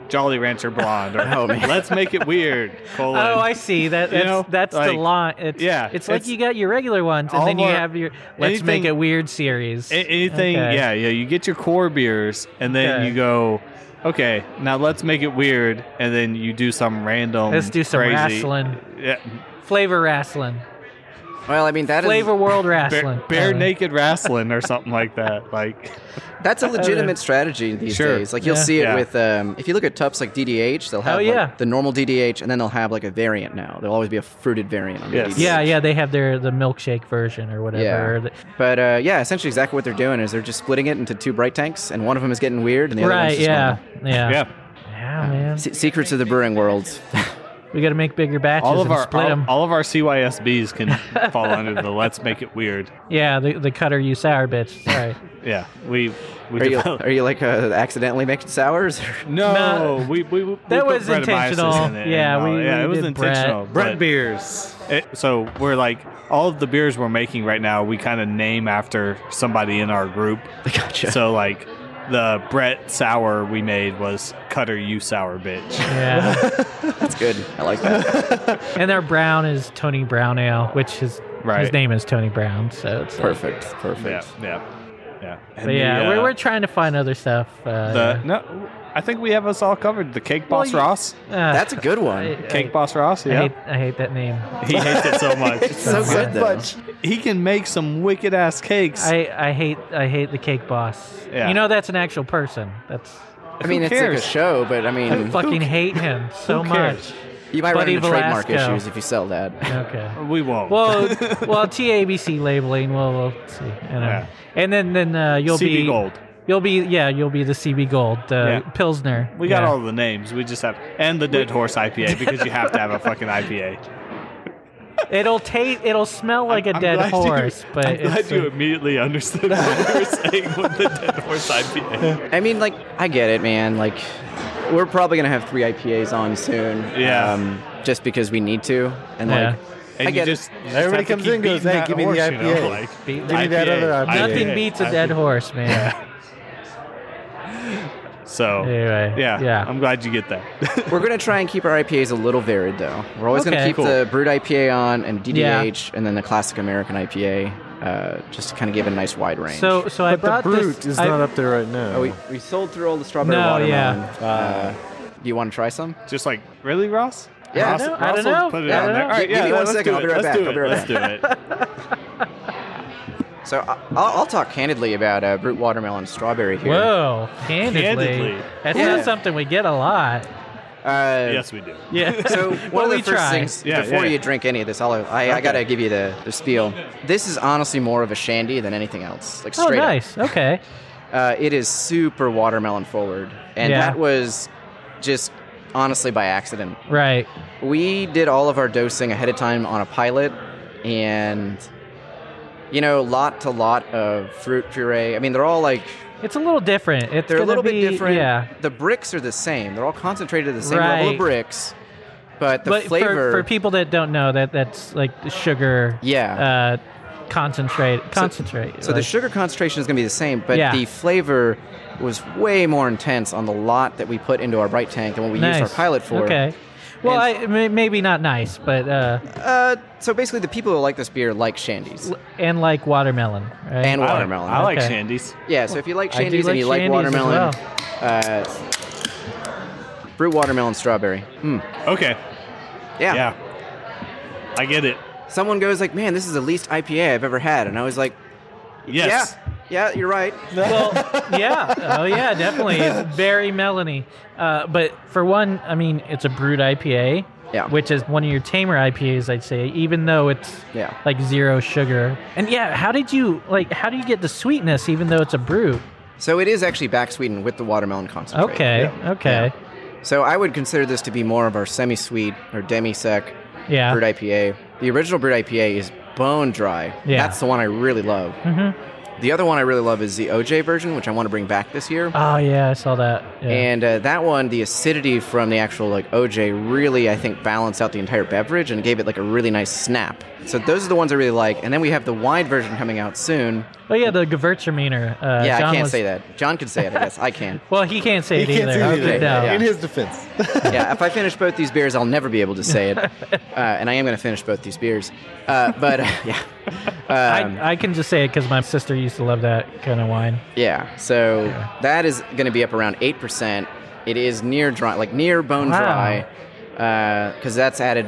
[SPEAKER 4] Jolly Rancher Blonde. Or
[SPEAKER 11] Oh, man.
[SPEAKER 4] let's make it weird. Colon.
[SPEAKER 12] Oh, I see. That
[SPEAKER 4] You
[SPEAKER 12] that's,
[SPEAKER 4] know,
[SPEAKER 12] that's the
[SPEAKER 4] like,
[SPEAKER 12] line. It's,
[SPEAKER 4] yeah,
[SPEAKER 12] It's like
[SPEAKER 4] it's-
[SPEAKER 12] you got your regular ones,
[SPEAKER 4] all
[SPEAKER 12] and then you
[SPEAKER 4] our-
[SPEAKER 12] have your let's make
[SPEAKER 4] anything-
[SPEAKER 12] it weird series.
[SPEAKER 4] A- anything.
[SPEAKER 12] Okay.
[SPEAKER 4] Yeah, yeah. You get your core beers, and then
[SPEAKER 12] Okay.
[SPEAKER 4] you go. Okay, now let's make it weird, and then you do some random.
[SPEAKER 12] Let's do some
[SPEAKER 4] crazy-
[SPEAKER 12] wrestling.
[SPEAKER 4] Yeah,
[SPEAKER 12] Flavor wrestling.
[SPEAKER 11] Well, I mean that is
[SPEAKER 12] Flavor world wrestling.
[SPEAKER 4] bare, bare naked wrestling or something like that. Like,
[SPEAKER 11] That's a legitimate strategy these
[SPEAKER 4] Sure.
[SPEAKER 11] days. Like you'll
[SPEAKER 4] Yeah.
[SPEAKER 11] see it
[SPEAKER 4] Yeah.
[SPEAKER 11] with um, if you look at tubs like DDH, they'll have
[SPEAKER 12] Oh, yeah.
[SPEAKER 11] like, the normal DDH, and then they'll have like a variant now. There'll always be a fruited variant on the
[SPEAKER 4] Yes.
[SPEAKER 11] DDH.
[SPEAKER 12] Yeah, yeah, they have their the milkshake version or whatever.
[SPEAKER 11] Yeah.
[SPEAKER 12] or the-
[SPEAKER 11] But uh, yeah, essentially exactly what they're doing is they're just splitting it into two bright tanks, and one of them is getting weird, and the other one's
[SPEAKER 12] right?
[SPEAKER 11] just
[SPEAKER 12] Yeah, yeah,
[SPEAKER 4] yeah.
[SPEAKER 12] Yeah, man.
[SPEAKER 11] Se- secrets of the brewing world.
[SPEAKER 12] We got to make bigger batches
[SPEAKER 4] All of
[SPEAKER 12] and
[SPEAKER 4] our
[SPEAKER 12] split
[SPEAKER 4] all,
[SPEAKER 12] them.
[SPEAKER 4] all of our CYSBs can fall under the let's make it weird.
[SPEAKER 12] yeah, the, the cutter you sour bitch. Sorry.
[SPEAKER 4] Yeah, we we
[SPEAKER 11] Are you,
[SPEAKER 4] developed-
[SPEAKER 11] are you like uh, accidentally making sours?
[SPEAKER 4] no,
[SPEAKER 12] No.
[SPEAKER 4] we, we, we
[SPEAKER 12] That
[SPEAKER 4] put
[SPEAKER 12] was
[SPEAKER 4] Brett and Biases
[SPEAKER 12] intentional.
[SPEAKER 4] in it and
[SPEAKER 12] Yeah,
[SPEAKER 4] all-
[SPEAKER 12] we-
[SPEAKER 4] yeah,
[SPEAKER 12] we
[SPEAKER 4] it was
[SPEAKER 12] did Brett.
[SPEAKER 4] intentional.
[SPEAKER 13] Brett
[SPEAKER 4] but
[SPEAKER 13] beers.
[SPEAKER 4] it- so we're like all of the beers we're making right now, we kind of name after somebody in our group.
[SPEAKER 11] gotcha.
[SPEAKER 4] So like the Brett sour we made was Cutter You Sour Bitch.
[SPEAKER 12] Yeah,
[SPEAKER 11] That's good. I like that.
[SPEAKER 12] and their brown is Tony Brown Ale, which is
[SPEAKER 4] Right.
[SPEAKER 12] his name is Tony Brown, so it's like-
[SPEAKER 11] Perfect. Perfect.
[SPEAKER 4] Yeah, yeah, yeah. And
[SPEAKER 12] But yeah,
[SPEAKER 4] the,
[SPEAKER 12] we're,
[SPEAKER 4] uh,
[SPEAKER 12] we're trying to find other stuff. Uh,
[SPEAKER 4] the no. I think we have us all covered. The Cake
[SPEAKER 12] Well,
[SPEAKER 4] Boss
[SPEAKER 12] you-
[SPEAKER 4] Ross.
[SPEAKER 12] uh,
[SPEAKER 11] That's a good
[SPEAKER 12] I,
[SPEAKER 11] one.
[SPEAKER 12] I-
[SPEAKER 4] Cake Boss Ross.
[SPEAKER 12] I
[SPEAKER 4] Yeah.
[SPEAKER 12] hate, I hate that name.
[SPEAKER 4] He hates it so much.
[SPEAKER 11] It's so good though.
[SPEAKER 4] But he can make some wicked ass cakes.
[SPEAKER 12] I, I hate I hate the cake boss.
[SPEAKER 4] Yeah.
[SPEAKER 12] You know that's an actual person. That's
[SPEAKER 11] I mean, it's like a
[SPEAKER 4] cares?
[SPEAKER 11] show, but I
[SPEAKER 12] I
[SPEAKER 11] mean,
[SPEAKER 12] fucking hate him so
[SPEAKER 4] who cares?
[SPEAKER 12] much.
[SPEAKER 11] you might run
[SPEAKER 12] Buddy
[SPEAKER 11] into trademark
[SPEAKER 12] Velasco.
[SPEAKER 11] issues if you sell that.
[SPEAKER 12] Okay.
[SPEAKER 4] we won't.
[SPEAKER 12] Well, well, TABC labeling. Well, we'll see. And, uh,
[SPEAKER 4] Yeah.
[SPEAKER 12] and then then uh, you'll
[SPEAKER 4] CB
[SPEAKER 12] be
[SPEAKER 4] Gold.
[SPEAKER 12] You'll be yeah. You'll be the CB Gold,
[SPEAKER 4] Yeah.
[SPEAKER 12] the Pilsner.
[SPEAKER 4] we got
[SPEAKER 12] Yeah.
[SPEAKER 4] all the names. We just have and the Dead Horse IPA because you have to have a fucking IPA.
[SPEAKER 12] It'll taste. It'll smell like a
[SPEAKER 4] I'm
[SPEAKER 12] dead
[SPEAKER 4] glad you-
[SPEAKER 12] horse, but
[SPEAKER 4] I'm glad
[SPEAKER 12] it's,
[SPEAKER 4] you
[SPEAKER 12] uh,
[SPEAKER 4] immediately understood what we were saying with the Dead Horse IPA.
[SPEAKER 11] I mean, like, I get it, man. Like, we're probably gonna have three IPAs on soon. um,
[SPEAKER 4] Yeah.
[SPEAKER 11] just because we need to, and
[SPEAKER 12] Yeah.
[SPEAKER 11] like,
[SPEAKER 4] And
[SPEAKER 11] I
[SPEAKER 4] you
[SPEAKER 11] get
[SPEAKER 4] just, you just
[SPEAKER 13] Everybody
[SPEAKER 4] have to
[SPEAKER 13] comes
[SPEAKER 4] keep
[SPEAKER 13] in, goes,
[SPEAKER 4] beating
[SPEAKER 13] "Hey,
[SPEAKER 4] that
[SPEAKER 13] give me the
[SPEAKER 4] horse, you know,
[SPEAKER 13] IPA.
[SPEAKER 4] like,
[SPEAKER 12] Give
[SPEAKER 13] me that other
[SPEAKER 12] nothing
[SPEAKER 13] IPA.
[SPEAKER 12] beats a dead horse, man.
[SPEAKER 4] So
[SPEAKER 12] Anyway,
[SPEAKER 4] yeah,
[SPEAKER 12] yeah.
[SPEAKER 4] I'm glad you get that.
[SPEAKER 11] we're gonna try and keep our IPAs a little varied, though. We're always gonna
[SPEAKER 12] Okay.
[SPEAKER 11] keep
[SPEAKER 4] Cool.
[SPEAKER 11] the brewed IPA on and DDH,
[SPEAKER 12] Yeah.
[SPEAKER 11] and then the classic American IPA, uh, just to kind of give it a nice wide range.
[SPEAKER 12] So so I
[SPEAKER 13] But the
[SPEAKER 12] brought
[SPEAKER 13] brute
[SPEAKER 12] this.
[SPEAKER 13] is
[SPEAKER 12] I-
[SPEAKER 13] not up there right now.
[SPEAKER 11] Oh, we, we sold through all the strawberry
[SPEAKER 12] No,
[SPEAKER 11] watermelon.
[SPEAKER 12] yeah.
[SPEAKER 11] Uh, do you want to try some?
[SPEAKER 4] Just like really, Ross?
[SPEAKER 11] Yeah, I
[SPEAKER 4] Ross,
[SPEAKER 12] don't know. I don't
[SPEAKER 4] Ross will
[SPEAKER 12] know.
[SPEAKER 4] Put it
[SPEAKER 11] Yeah, I
[SPEAKER 4] on
[SPEAKER 11] don't
[SPEAKER 4] there.
[SPEAKER 11] know.
[SPEAKER 4] All right,
[SPEAKER 11] Give
[SPEAKER 4] yeah,
[SPEAKER 11] me one
[SPEAKER 4] let's
[SPEAKER 11] second,
[SPEAKER 4] do
[SPEAKER 11] I'll
[SPEAKER 4] it.
[SPEAKER 11] be right
[SPEAKER 4] let's
[SPEAKER 11] back,
[SPEAKER 4] Do
[SPEAKER 11] I'll
[SPEAKER 4] it.
[SPEAKER 11] be
[SPEAKER 4] let's
[SPEAKER 11] right
[SPEAKER 4] do it.
[SPEAKER 11] So I, I'll, I'll talk candidly about uh, brute watermelon and strawberry here.
[SPEAKER 12] Whoa, candidly,
[SPEAKER 4] Candidly.
[SPEAKER 12] that's
[SPEAKER 11] Yeah.
[SPEAKER 12] not something we get a lot.
[SPEAKER 11] Uh,
[SPEAKER 4] yes, we do.
[SPEAKER 12] Yeah.
[SPEAKER 11] So one
[SPEAKER 12] Well,
[SPEAKER 11] of the
[SPEAKER 12] we
[SPEAKER 11] first
[SPEAKER 12] try.
[SPEAKER 11] things
[SPEAKER 4] Yeah,
[SPEAKER 11] before
[SPEAKER 4] yeah.
[SPEAKER 11] you drink any of this, I'll, I, I gotta give you the, the spiel. This is honestly more of a shandy than anything else. Like
[SPEAKER 12] oh,
[SPEAKER 11] straight
[SPEAKER 12] nice. Okay.
[SPEAKER 11] up, uh, it is super watermelon forward, and
[SPEAKER 12] Yeah.
[SPEAKER 11] that was just honestly by accident.
[SPEAKER 12] Right.
[SPEAKER 11] We did all of our dosing ahead of time on a pilot, and you know, lot to lot of fruit puree. I mean, they're all like
[SPEAKER 12] It's a little different. It's
[SPEAKER 11] they're a
[SPEAKER 12] gonna
[SPEAKER 11] little
[SPEAKER 12] be-
[SPEAKER 11] bit different.
[SPEAKER 12] Yeah.
[SPEAKER 11] The bricks are the same. They're all concentrated at the same level
[SPEAKER 12] Right.
[SPEAKER 11] of bricks. But the
[SPEAKER 12] but
[SPEAKER 11] flavor-
[SPEAKER 12] for, for people that don't know that that's like the sugar.
[SPEAKER 11] Yeah.
[SPEAKER 12] Uh, concentrate. Concentrate.
[SPEAKER 11] So the
[SPEAKER 12] like-
[SPEAKER 11] sugar concentration is going to be the same, but
[SPEAKER 12] Yeah.
[SPEAKER 11] the flavor was way more intense on the lot that we put into our bright tank and what we used
[SPEAKER 12] Nice.
[SPEAKER 11] our pilot for.
[SPEAKER 12] Okay. Well, I, may- maybe not nice, but uh,
[SPEAKER 11] Uh, so basically, the people who like this beer like shandies.
[SPEAKER 12] and like watermelon. right?
[SPEAKER 11] And watermelon.
[SPEAKER 4] I like
[SPEAKER 12] Okay.
[SPEAKER 4] shandies.
[SPEAKER 11] Yeah, so if you like
[SPEAKER 12] I do
[SPEAKER 11] shandies
[SPEAKER 12] like
[SPEAKER 11] and you like
[SPEAKER 12] shandies as
[SPEAKER 11] watermelon,
[SPEAKER 12] well.
[SPEAKER 11] uh, brew watermelon strawberry. Hmm.
[SPEAKER 4] Okay.
[SPEAKER 11] Yeah.
[SPEAKER 4] Yeah. I get it.
[SPEAKER 11] Someone goes like, "Man, this is the least IPA I've ever had," and I was like,
[SPEAKER 4] Yes.
[SPEAKER 11] "Yeah, yeah, you're right."
[SPEAKER 12] well, yeah. Oh, yeah, definitely. It's very melony. Uh, but for one, I mean, it's a brewed IPA,
[SPEAKER 11] Yeah.
[SPEAKER 12] which is one of your tamer IPAs, I'd say, even though it's
[SPEAKER 11] Yeah.
[SPEAKER 12] like zero sugar. And yeah, how did you like? How do you get the sweetness, even though it's a brew?
[SPEAKER 11] So it is actually back sweetened with the watermelon concentrate.
[SPEAKER 12] Okay. Okay.
[SPEAKER 11] So I would consider this to be more of our semi-sweet or demi-sec
[SPEAKER 12] Yeah.
[SPEAKER 11] brewed IPA. The original brewed IPA is bone dry.
[SPEAKER 12] Yeah.
[SPEAKER 11] That's the one I really love.
[SPEAKER 12] Mhm.
[SPEAKER 11] The other one I really love is the OJ version, which I want to bring back this year.
[SPEAKER 12] Oh yeah, I saw that. Yeah.
[SPEAKER 11] And uh, that one, the acidity from the actual like OJ really, I think, balanced out the entire beverage and gave it like a really nice snap. So those are the ones I really like. And then we have the wine version coming out soon.
[SPEAKER 12] oh yeah, the Gewürztraminer. Uh,
[SPEAKER 11] yeah,
[SPEAKER 12] John
[SPEAKER 11] I can't
[SPEAKER 12] was-
[SPEAKER 11] say that. John can say it, I guess. I can.
[SPEAKER 12] Well, he can't say
[SPEAKER 11] He
[SPEAKER 12] it
[SPEAKER 11] can't say
[SPEAKER 12] either.
[SPEAKER 11] it either.
[SPEAKER 12] Okay, no.
[SPEAKER 11] Yeah.
[SPEAKER 3] In his defense.
[SPEAKER 11] yeah, if I finish both these beers, I'll never be able to say it. Uh, and I am going to finish both these beers. Uh, but yeah. Um,
[SPEAKER 12] I, I can just say it because my sister used to love that kind of wine.
[SPEAKER 11] yeah. So that is going to be up around 8%. It is near dry, like near bone
[SPEAKER 12] Wow.
[SPEAKER 11] dry, because that's added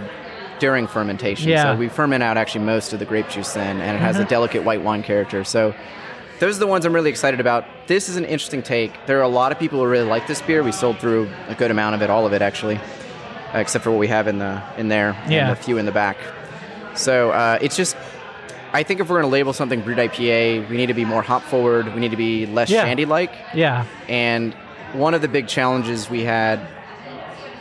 [SPEAKER 11] during fermentation.
[SPEAKER 12] Yeah.
[SPEAKER 11] So we ferment out actually most of the grape juice then, and it has a
[SPEAKER 12] Mhm.
[SPEAKER 11] delicate white wine character. So those are the ones I'm really excited about. This is an interesting take. There are a lot of people who really like this beer. We sold through a good amount of it, all of it actually, uh, except for what we have in the in there
[SPEAKER 12] Yeah.
[SPEAKER 11] and a few in the back. So uh, it's just, I think if we're going to label something brewed IPA, we need to be more hop forward. We need to be less
[SPEAKER 12] Yeah.
[SPEAKER 11] shandy like.
[SPEAKER 12] Yeah.
[SPEAKER 11] And one of the big challenges we had,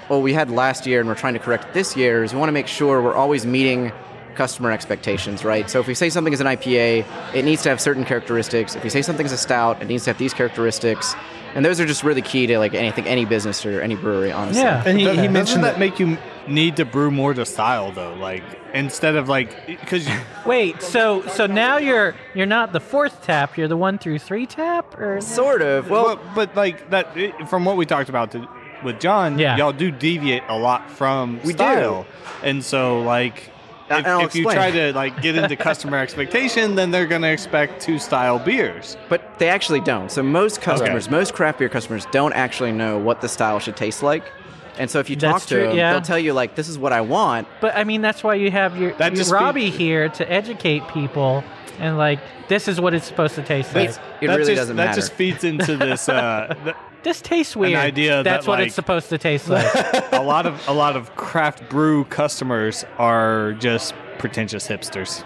[SPEAKER 11] well, we had last year and we're trying to correct this year, is we want to make sure we're always meeting customer expectations, right? So if we say something is an IPA, it needs to have certain characteristics. If we say something is a stout, it needs to have these characteristics. And those are just really key to like anything, any business or any brewery, honestly.
[SPEAKER 4] and he, he mentioned that make you need to brew more to style though, like instead of like because
[SPEAKER 12] Wait, so so now you're you're not the fourth tap, you're the one through three tap, or
[SPEAKER 11] sort of.
[SPEAKER 4] Well, but like that it- from what we talked about to, with John,
[SPEAKER 12] Yeah.
[SPEAKER 4] y'all do deviate a lot from
[SPEAKER 11] We do.
[SPEAKER 4] style, and so like.
[SPEAKER 11] Uh,
[SPEAKER 4] If,
[SPEAKER 11] and I'll
[SPEAKER 4] if you
[SPEAKER 11] explain.
[SPEAKER 4] try to like get into customer expectation, then they're gonna expect two style beers.
[SPEAKER 11] But they actually don't. So most customers, most craft beer customers, don't actually know what the style should taste like. And so if you talk
[SPEAKER 12] That's
[SPEAKER 11] to
[SPEAKER 12] true,
[SPEAKER 11] them,
[SPEAKER 12] yeah.
[SPEAKER 11] they'll tell you like, "This is what I want."
[SPEAKER 12] But I mean, that's why you have your, your
[SPEAKER 11] just
[SPEAKER 12] Robbie here to educate people, and like this is what it's supposed to taste like.
[SPEAKER 11] it
[SPEAKER 4] that
[SPEAKER 11] really
[SPEAKER 4] just,
[SPEAKER 11] doesn't
[SPEAKER 4] that
[SPEAKER 11] matter.
[SPEAKER 4] just feeds into this uh, th-
[SPEAKER 12] This tastes weird.
[SPEAKER 4] idea
[SPEAKER 12] that's
[SPEAKER 4] that,
[SPEAKER 12] what
[SPEAKER 4] like-
[SPEAKER 12] it's supposed to taste like.
[SPEAKER 4] a lot of a lot of craft brew customers are just pretentious hipsters.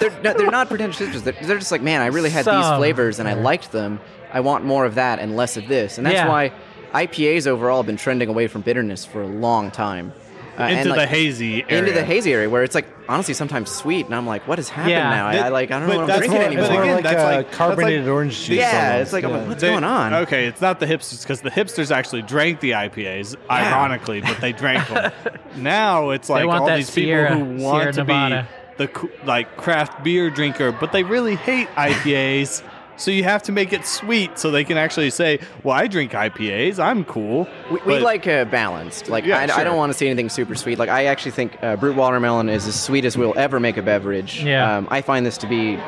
[SPEAKER 11] They're, no, they're not pretentious. hipsters. They're, they're just like, "Man, I really had these
[SPEAKER 12] Some
[SPEAKER 11] flavors and I
[SPEAKER 12] are.
[SPEAKER 11] liked them. I want more of that and less of this." And that's
[SPEAKER 12] Yeah.
[SPEAKER 11] why IPAs overall have been trending away from bitterness for a long time. Uh, and,
[SPEAKER 4] into
[SPEAKER 11] like,
[SPEAKER 4] the hazy area.
[SPEAKER 11] Into the hazy area where it's like honestly sometimes sweet, and I'm like, "What has happened
[SPEAKER 12] Yeah.
[SPEAKER 11] now?" I, I, like I don't
[SPEAKER 4] But
[SPEAKER 11] know what I'm
[SPEAKER 4] that's
[SPEAKER 11] drinking
[SPEAKER 4] more-
[SPEAKER 11] anymore.
[SPEAKER 4] but again,
[SPEAKER 3] Like,
[SPEAKER 4] that's
[SPEAKER 3] uh,
[SPEAKER 4] like- that's
[SPEAKER 3] carbonated
[SPEAKER 4] like-
[SPEAKER 3] orange juice.
[SPEAKER 11] yeah,
[SPEAKER 3] almost.
[SPEAKER 11] it's like, I'm like, what's
[SPEAKER 4] They-
[SPEAKER 11] going on?
[SPEAKER 4] Okay, it's not the hipsters because the hipsters actually drank the IPAs, ironically, but they drank them. now it's like
[SPEAKER 12] want
[SPEAKER 4] all
[SPEAKER 12] that
[SPEAKER 4] these
[SPEAKER 12] Sierra-
[SPEAKER 4] people who want
[SPEAKER 12] Sierra
[SPEAKER 4] to
[SPEAKER 12] Nevada.
[SPEAKER 4] be the co- like craft beer drinker, but they really hate IPAs. so you have to make it sweet so they can actually say, "Well, I drink IPAs. I'm cool."
[SPEAKER 11] We, we
[SPEAKER 4] But-
[SPEAKER 11] like uh, balanced. Like
[SPEAKER 4] Yeah,
[SPEAKER 11] I, I
[SPEAKER 4] sure.
[SPEAKER 11] don't want to see anything super sweet. Like I actually think uh, brute watermelon is as sweet as we'll ever make a beverage.
[SPEAKER 12] Yeah.
[SPEAKER 11] Um, I find this to be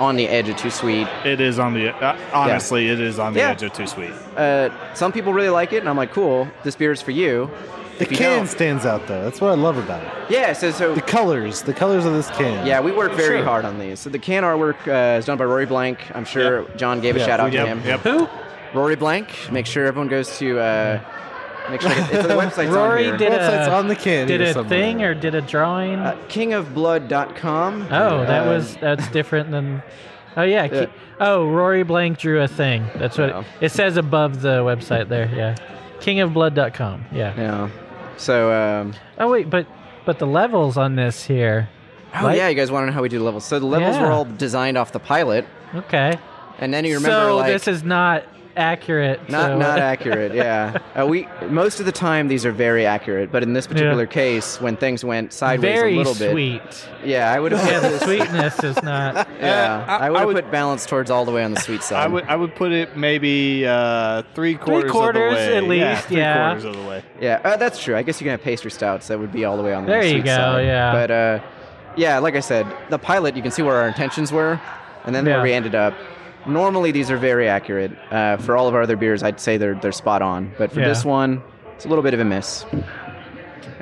[SPEAKER 11] on the edge of too sweet.
[SPEAKER 4] it is on the uh, honestly, it is on the
[SPEAKER 11] Yeah.
[SPEAKER 4] edge of too sweet.
[SPEAKER 11] Uh, some people really like it, and I'm like, cool. This beer is for you.
[SPEAKER 3] The
[SPEAKER 11] If you
[SPEAKER 3] can
[SPEAKER 11] don't-
[SPEAKER 3] stands out though. That's what I love about it.
[SPEAKER 11] Yeah. So so.
[SPEAKER 3] The colors, the colors of this can.
[SPEAKER 11] Yeah, we work very
[SPEAKER 4] Sure.
[SPEAKER 11] hard on these. So the can artwork uh, is done by Rory Blank. I'm sure John gave a
[SPEAKER 3] Yeah,
[SPEAKER 11] shout out
[SPEAKER 4] Yep,
[SPEAKER 11] to him.
[SPEAKER 4] yep.
[SPEAKER 12] Who?
[SPEAKER 11] Rory Blank. Make sure everyone goes to. Uh, make sure it's, the website's
[SPEAKER 12] Rory
[SPEAKER 11] on here.
[SPEAKER 12] did
[SPEAKER 3] Website's
[SPEAKER 12] a
[SPEAKER 3] on the can
[SPEAKER 12] did
[SPEAKER 3] here
[SPEAKER 12] a
[SPEAKER 3] somewhere.
[SPEAKER 12] thing or did a drawing.
[SPEAKER 11] Uh, kingofblood.com.
[SPEAKER 12] oh, that
[SPEAKER 11] Uh,
[SPEAKER 12] was that's different than. Oh yeah.
[SPEAKER 11] Yeah.
[SPEAKER 12] Ki- Oh, Rory Blank drew a thing. That's what it, it says above the website there. Yeah. Kingofblood.com. Yeah.
[SPEAKER 11] Yeah. So. Um,
[SPEAKER 12] Oh wait, but but the levels on this here.
[SPEAKER 11] Oh
[SPEAKER 12] right?
[SPEAKER 11] yeah, you guys want to know how we do the levels? So the levels
[SPEAKER 12] Yeah.
[SPEAKER 11] were all designed off the pilot,
[SPEAKER 12] Okay.
[SPEAKER 11] and then you remember
[SPEAKER 12] so
[SPEAKER 11] like
[SPEAKER 12] this is not accurate.
[SPEAKER 11] Not
[SPEAKER 12] so-
[SPEAKER 11] not accurate. Yeah, uh, we most of the time these are very accurate, but in this particular case, when things went sideways
[SPEAKER 12] Very
[SPEAKER 11] a little bit,
[SPEAKER 12] sweet.
[SPEAKER 11] Yeah, I would have.
[SPEAKER 12] yeah, the sweetness is not.
[SPEAKER 11] Yeah, I, would
[SPEAKER 4] I
[SPEAKER 11] have
[SPEAKER 4] would-
[SPEAKER 11] put balance towards all the way on the sweet side.
[SPEAKER 4] I would I would put it maybe uh, three quarters, of
[SPEAKER 12] quarters
[SPEAKER 4] the way.
[SPEAKER 12] at least,
[SPEAKER 4] three
[SPEAKER 12] yeah.
[SPEAKER 4] quarters of the way.
[SPEAKER 11] Yeah, uh, that's true. I guess you can have pastry stouts that would be all the way on the
[SPEAKER 12] There you
[SPEAKER 11] sweet
[SPEAKER 12] go,
[SPEAKER 11] side.
[SPEAKER 12] yeah.
[SPEAKER 11] But uh, yeah, like I said, the pilot you can see where our intentions were, and then where
[SPEAKER 12] Yeah.
[SPEAKER 11] we ended up. Normally these are very accurate. Uh, for all of our other beers, I'd say they're they're spot on. But for
[SPEAKER 12] Yeah.
[SPEAKER 11] this one, it's a little bit of a miss.
[SPEAKER 12] I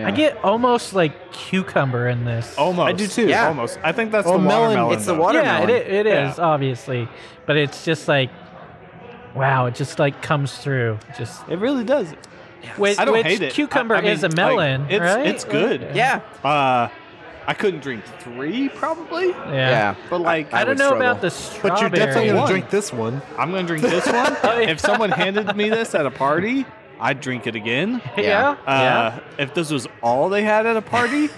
[SPEAKER 11] Yeah.
[SPEAKER 12] get almost like cucumber in this.
[SPEAKER 3] Oh,
[SPEAKER 4] Almost.
[SPEAKER 12] I do too.
[SPEAKER 11] Yeah.
[SPEAKER 4] Almost. I think that's
[SPEAKER 11] Or
[SPEAKER 4] the
[SPEAKER 11] melon.
[SPEAKER 4] watermelon.
[SPEAKER 11] It's the
[SPEAKER 4] though.
[SPEAKER 11] watermelon.
[SPEAKER 12] Oh, Yeah, it, it
[SPEAKER 4] Yeah.
[SPEAKER 12] is obviously, but it's just like, wow, it just like comes through. Just
[SPEAKER 4] It really does.
[SPEAKER 12] Which-
[SPEAKER 4] I don't
[SPEAKER 12] which
[SPEAKER 4] hate it.
[SPEAKER 12] cucumber
[SPEAKER 4] I- I mean,
[SPEAKER 12] is a
[SPEAKER 4] like,
[SPEAKER 12] melon,
[SPEAKER 4] it's
[SPEAKER 12] right?
[SPEAKER 4] it's good.
[SPEAKER 11] Yeah.
[SPEAKER 4] Uh, I couldn't drink three probably,
[SPEAKER 12] yeah.
[SPEAKER 4] but like
[SPEAKER 12] I, don't know about the strawberry.
[SPEAKER 7] But you're definitely going
[SPEAKER 4] One.
[SPEAKER 7] to drink this one.
[SPEAKER 4] I'm gonna drink this one.
[SPEAKER 12] Oh,
[SPEAKER 4] If someone handed me this at a party, I'd drink it again.
[SPEAKER 12] yeah.
[SPEAKER 11] Yeah.
[SPEAKER 12] Yeah.
[SPEAKER 4] Uh, If this was all they had at a party,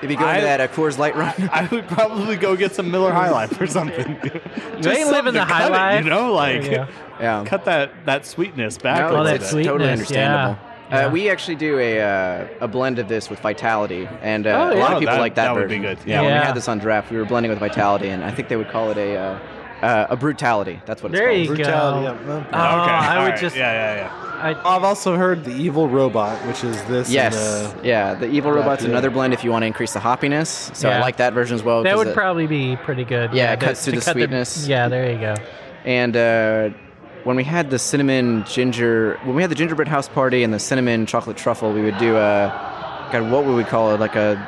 [SPEAKER 11] If you go
[SPEAKER 4] I-
[SPEAKER 11] into that uh, Coors Light run,
[SPEAKER 4] I would probably go get some Miller High Life or something. Just
[SPEAKER 12] ain't
[SPEAKER 4] something
[SPEAKER 12] living
[SPEAKER 4] to
[SPEAKER 12] the high
[SPEAKER 4] cut
[SPEAKER 12] life.
[SPEAKER 4] It, you know,
[SPEAKER 12] There
[SPEAKER 4] like
[SPEAKER 12] you go.
[SPEAKER 11] yeah.
[SPEAKER 4] cut that that sweetness back.
[SPEAKER 11] No,
[SPEAKER 4] a
[SPEAKER 12] all
[SPEAKER 4] little
[SPEAKER 12] that
[SPEAKER 4] bit.
[SPEAKER 12] sweet-
[SPEAKER 11] totally
[SPEAKER 12] sweetness, yeah.
[SPEAKER 11] understandable.
[SPEAKER 12] Yeah.
[SPEAKER 11] Uh, we actually do a uh, a blend of this with Vitality, and uh,
[SPEAKER 12] Oh,
[SPEAKER 11] a
[SPEAKER 12] yeah.
[SPEAKER 11] lot
[SPEAKER 4] Oh,
[SPEAKER 11] of people
[SPEAKER 4] that-
[SPEAKER 11] like that.
[SPEAKER 4] that would
[SPEAKER 11] version.
[SPEAKER 4] be good.
[SPEAKER 11] Yeah, when we
[SPEAKER 12] Yeah.
[SPEAKER 11] had this on draft, we were blending with Vitality, and I think they would call it a uh, uh, a brutality. That's what it's
[SPEAKER 12] There you
[SPEAKER 11] called.
[SPEAKER 12] go.
[SPEAKER 3] Brutality, yeah, well,
[SPEAKER 12] Oh,
[SPEAKER 4] Okay.
[SPEAKER 12] I
[SPEAKER 4] all
[SPEAKER 12] would
[SPEAKER 4] right,
[SPEAKER 12] just.
[SPEAKER 4] Yeah, yeah, yeah.
[SPEAKER 12] I,
[SPEAKER 3] I've also heard the evil robot, which is this.
[SPEAKER 11] Yes,
[SPEAKER 3] And, uh,
[SPEAKER 11] yeah. The evil
[SPEAKER 3] Yeah,
[SPEAKER 11] robot's
[SPEAKER 3] yeah.
[SPEAKER 11] another blend if you want to increase the hoppiness. So I
[SPEAKER 12] Yeah.
[SPEAKER 11] like that version as well.
[SPEAKER 12] that
[SPEAKER 11] 'cause
[SPEAKER 12] would
[SPEAKER 11] it-
[SPEAKER 12] probably be pretty good.
[SPEAKER 11] Yeah, it
[SPEAKER 12] to-
[SPEAKER 11] cuts through
[SPEAKER 12] to
[SPEAKER 11] the
[SPEAKER 12] cut
[SPEAKER 11] sweetness.
[SPEAKER 12] yeah, there you go.
[SPEAKER 11] And uh, when we had the cinnamon ginger, when we had the gingerbread house party and the cinnamon chocolate truffle, we would do a, God, what would we call it? Like a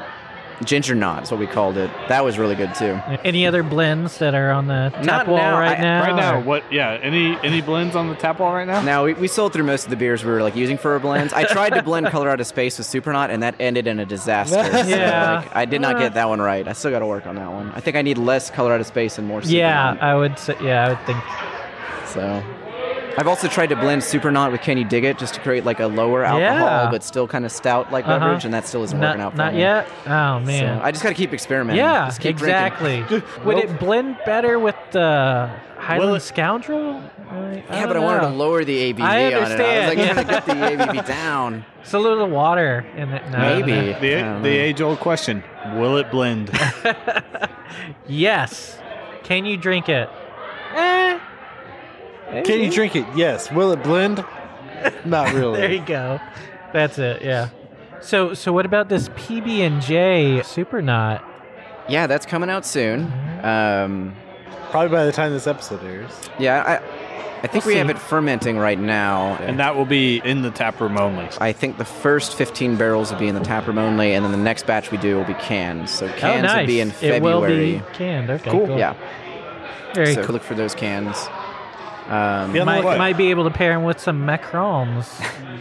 [SPEAKER 11] ginger knot is what we called it. That was really good too.
[SPEAKER 12] Any other blends that are on the tap
[SPEAKER 11] Not
[SPEAKER 12] wall
[SPEAKER 11] now.
[SPEAKER 12] right
[SPEAKER 11] I-
[SPEAKER 12] now?
[SPEAKER 4] Right now,
[SPEAKER 12] or-
[SPEAKER 4] what? Yeah. Any any blends on the tap wall right now?
[SPEAKER 11] Now we, we sold through most of the beers we were like using for our blends. I tried to blend Colorado Space with Supernaut, and that ended in a disaster. So,
[SPEAKER 12] Yeah. Uh.
[SPEAKER 11] like, I did not get that one right. I still got to work on that one. I think I need less Colorado Space and more. Supernaut.
[SPEAKER 12] Yeah, I would. Say, yeah, I would think.
[SPEAKER 11] So I've also tried to blend Supernaut with Can You Dig It just to create like a lower alcohol
[SPEAKER 12] Yeah.
[SPEAKER 11] but still kind of stout like
[SPEAKER 12] Uh-huh.
[SPEAKER 11] beverage, and that still isn't
[SPEAKER 12] Not,
[SPEAKER 11] working out for
[SPEAKER 12] not
[SPEAKER 11] me.
[SPEAKER 12] yet. Oh
[SPEAKER 11] So
[SPEAKER 12] man.
[SPEAKER 11] I just got to keep experimenting.
[SPEAKER 12] yeah,
[SPEAKER 11] Just keep drinking.
[SPEAKER 12] exactly. Would it blend better with the Highland
[SPEAKER 4] it-
[SPEAKER 12] Scoundrel?
[SPEAKER 11] Yeah, but I wanted to lower the ABV
[SPEAKER 12] I
[SPEAKER 11] on it. I was like,
[SPEAKER 12] understand.
[SPEAKER 11] trying to get the ABV down.
[SPEAKER 12] It's a little water in it. No, no,
[SPEAKER 11] Maybe.
[SPEAKER 12] no.
[SPEAKER 4] The the age old question: Will it blend?
[SPEAKER 12] Yes. Can you drink it? Eh.
[SPEAKER 3] Can
[SPEAKER 12] maybe.
[SPEAKER 3] you drink it? Yes. Will it blend? Not really.
[SPEAKER 12] There you go. That's it. Yeah. So, so what about this PB and J Oh, Super Knot?
[SPEAKER 11] Yeah, that's coming out soon. Um,
[SPEAKER 3] Probably by the time this episode airs.
[SPEAKER 11] yeah, I, I think
[SPEAKER 12] We'll
[SPEAKER 11] we have
[SPEAKER 12] see.
[SPEAKER 11] it fermenting right now.
[SPEAKER 4] and that will be in the tap room only.
[SPEAKER 11] I think the first 15 barrels will be in the tap room only, and then the next batch we do will be canned. So cans
[SPEAKER 12] oh, nice.
[SPEAKER 11] will be in February.
[SPEAKER 12] It will be canned. Okay. Cool.
[SPEAKER 11] Yeah,
[SPEAKER 12] Very
[SPEAKER 11] so
[SPEAKER 12] cool.
[SPEAKER 11] look for those cans. Um,
[SPEAKER 4] Yeah,
[SPEAKER 12] Might,
[SPEAKER 4] What?
[SPEAKER 12] might be able to pair him with some macarons.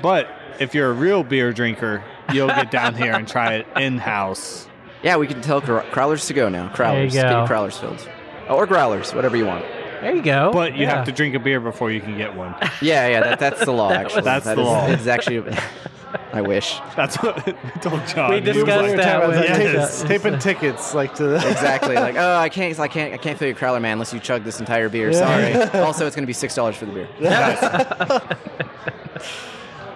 [SPEAKER 4] But if you're a real beer drinker, you'll get down here and try it in house.
[SPEAKER 11] Yeah, we can tell Grow- Crowlers to go now.
[SPEAKER 12] There you
[SPEAKER 11] Crowlers. Get your
[SPEAKER 12] go.
[SPEAKER 11] Crowlers filled. Or Growlers, whatever you want.
[SPEAKER 12] There you go.
[SPEAKER 4] But you
[SPEAKER 12] Yeah.
[SPEAKER 4] have to drink a beer before you can get one.
[SPEAKER 11] Yeah, yeah, that, that's the law, actually.
[SPEAKER 4] That's
[SPEAKER 11] That
[SPEAKER 4] the
[SPEAKER 11] is-
[SPEAKER 4] law.
[SPEAKER 11] It's actually. I wish.
[SPEAKER 4] That's what we told John.
[SPEAKER 12] We
[SPEAKER 4] He was
[SPEAKER 12] discussed
[SPEAKER 4] like,
[SPEAKER 12] that
[SPEAKER 3] Time I was
[SPEAKER 12] with-
[SPEAKER 3] like, taping-
[SPEAKER 12] Yes.
[SPEAKER 3] taping tickets like to the.
[SPEAKER 11] Exactly. Like, oh, I can't, I can't, I can't fill your Crowler, man, unless you chug this entire beer. Sorry. also, it's going to be six dollars for the beer.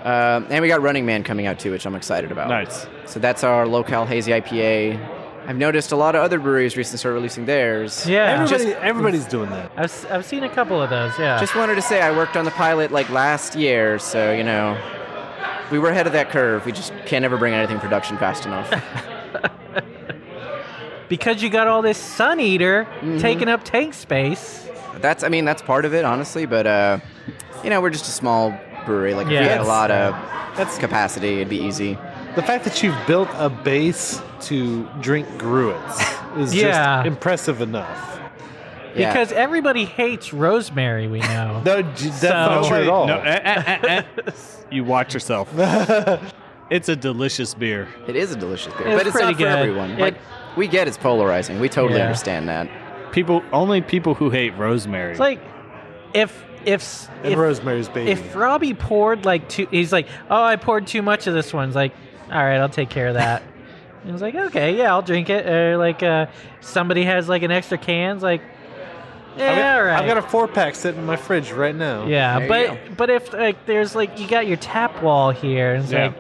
[SPEAKER 11] um, and we got Running Man coming out too, which I'm excited about.
[SPEAKER 4] Nice.
[SPEAKER 11] So that's our locale hazy IPA. I've noticed a lot of other breweries recently started releasing theirs.
[SPEAKER 12] Yeah.
[SPEAKER 3] Everybody, everybody's doing that.
[SPEAKER 12] I've, s- I've seen a couple of those. Yeah.
[SPEAKER 11] Just wanted to say I worked on the pilot like last year, so you know, we were ahead of that curve. We just can't ever bring anything production fast enough.
[SPEAKER 12] because you got all this sun eater
[SPEAKER 11] Mm-hmm.
[SPEAKER 12] taking up tank space.
[SPEAKER 11] that's I mean that's part of it, honestly. But uh, you know, we're just a small brewery. Like if we
[SPEAKER 12] Yeah.
[SPEAKER 11] had a lot of
[SPEAKER 3] That's-
[SPEAKER 11] capacity, it'd be easy.
[SPEAKER 3] The fact that you've built a base to drink gruits is
[SPEAKER 12] Yeah.
[SPEAKER 3] just impressive enough.
[SPEAKER 11] Yeah.
[SPEAKER 12] Because everybody hates rosemary, we know.
[SPEAKER 3] No, j- that's not
[SPEAKER 12] So-
[SPEAKER 3] true at all.
[SPEAKER 4] No, eh, eh, eh, eh. You watch yourself. it's a delicious beer.
[SPEAKER 11] it is a delicious beer,
[SPEAKER 12] It's
[SPEAKER 11] but it's not
[SPEAKER 12] pretty
[SPEAKER 11] for
[SPEAKER 12] good.
[SPEAKER 11] everyone.
[SPEAKER 12] It-
[SPEAKER 11] like we get it's polarizing. We totally
[SPEAKER 12] Yeah.
[SPEAKER 11] understand that.
[SPEAKER 4] People only people who hate rosemary.
[SPEAKER 12] It's like if if s-
[SPEAKER 3] And
[SPEAKER 12] if,
[SPEAKER 3] Rosemary's Baby.
[SPEAKER 12] if Robbie poured like too, he's like, oh, I poured too much of this one. It's like, all right, I'll take care of that. and I was like, okay, yeah, I'll drink it. Or like uh, somebody has like an extra can's like.
[SPEAKER 3] I've got,
[SPEAKER 12] Yeah, all right.
[SPEAKER 3] I've got a four pack sitting in my fridge right now.
[SPEAKER 12] Yeah, but but if like there's like you got your tap wall here, and it's
[SPEAKER 3] Yeah.
[SPEAKER 12] like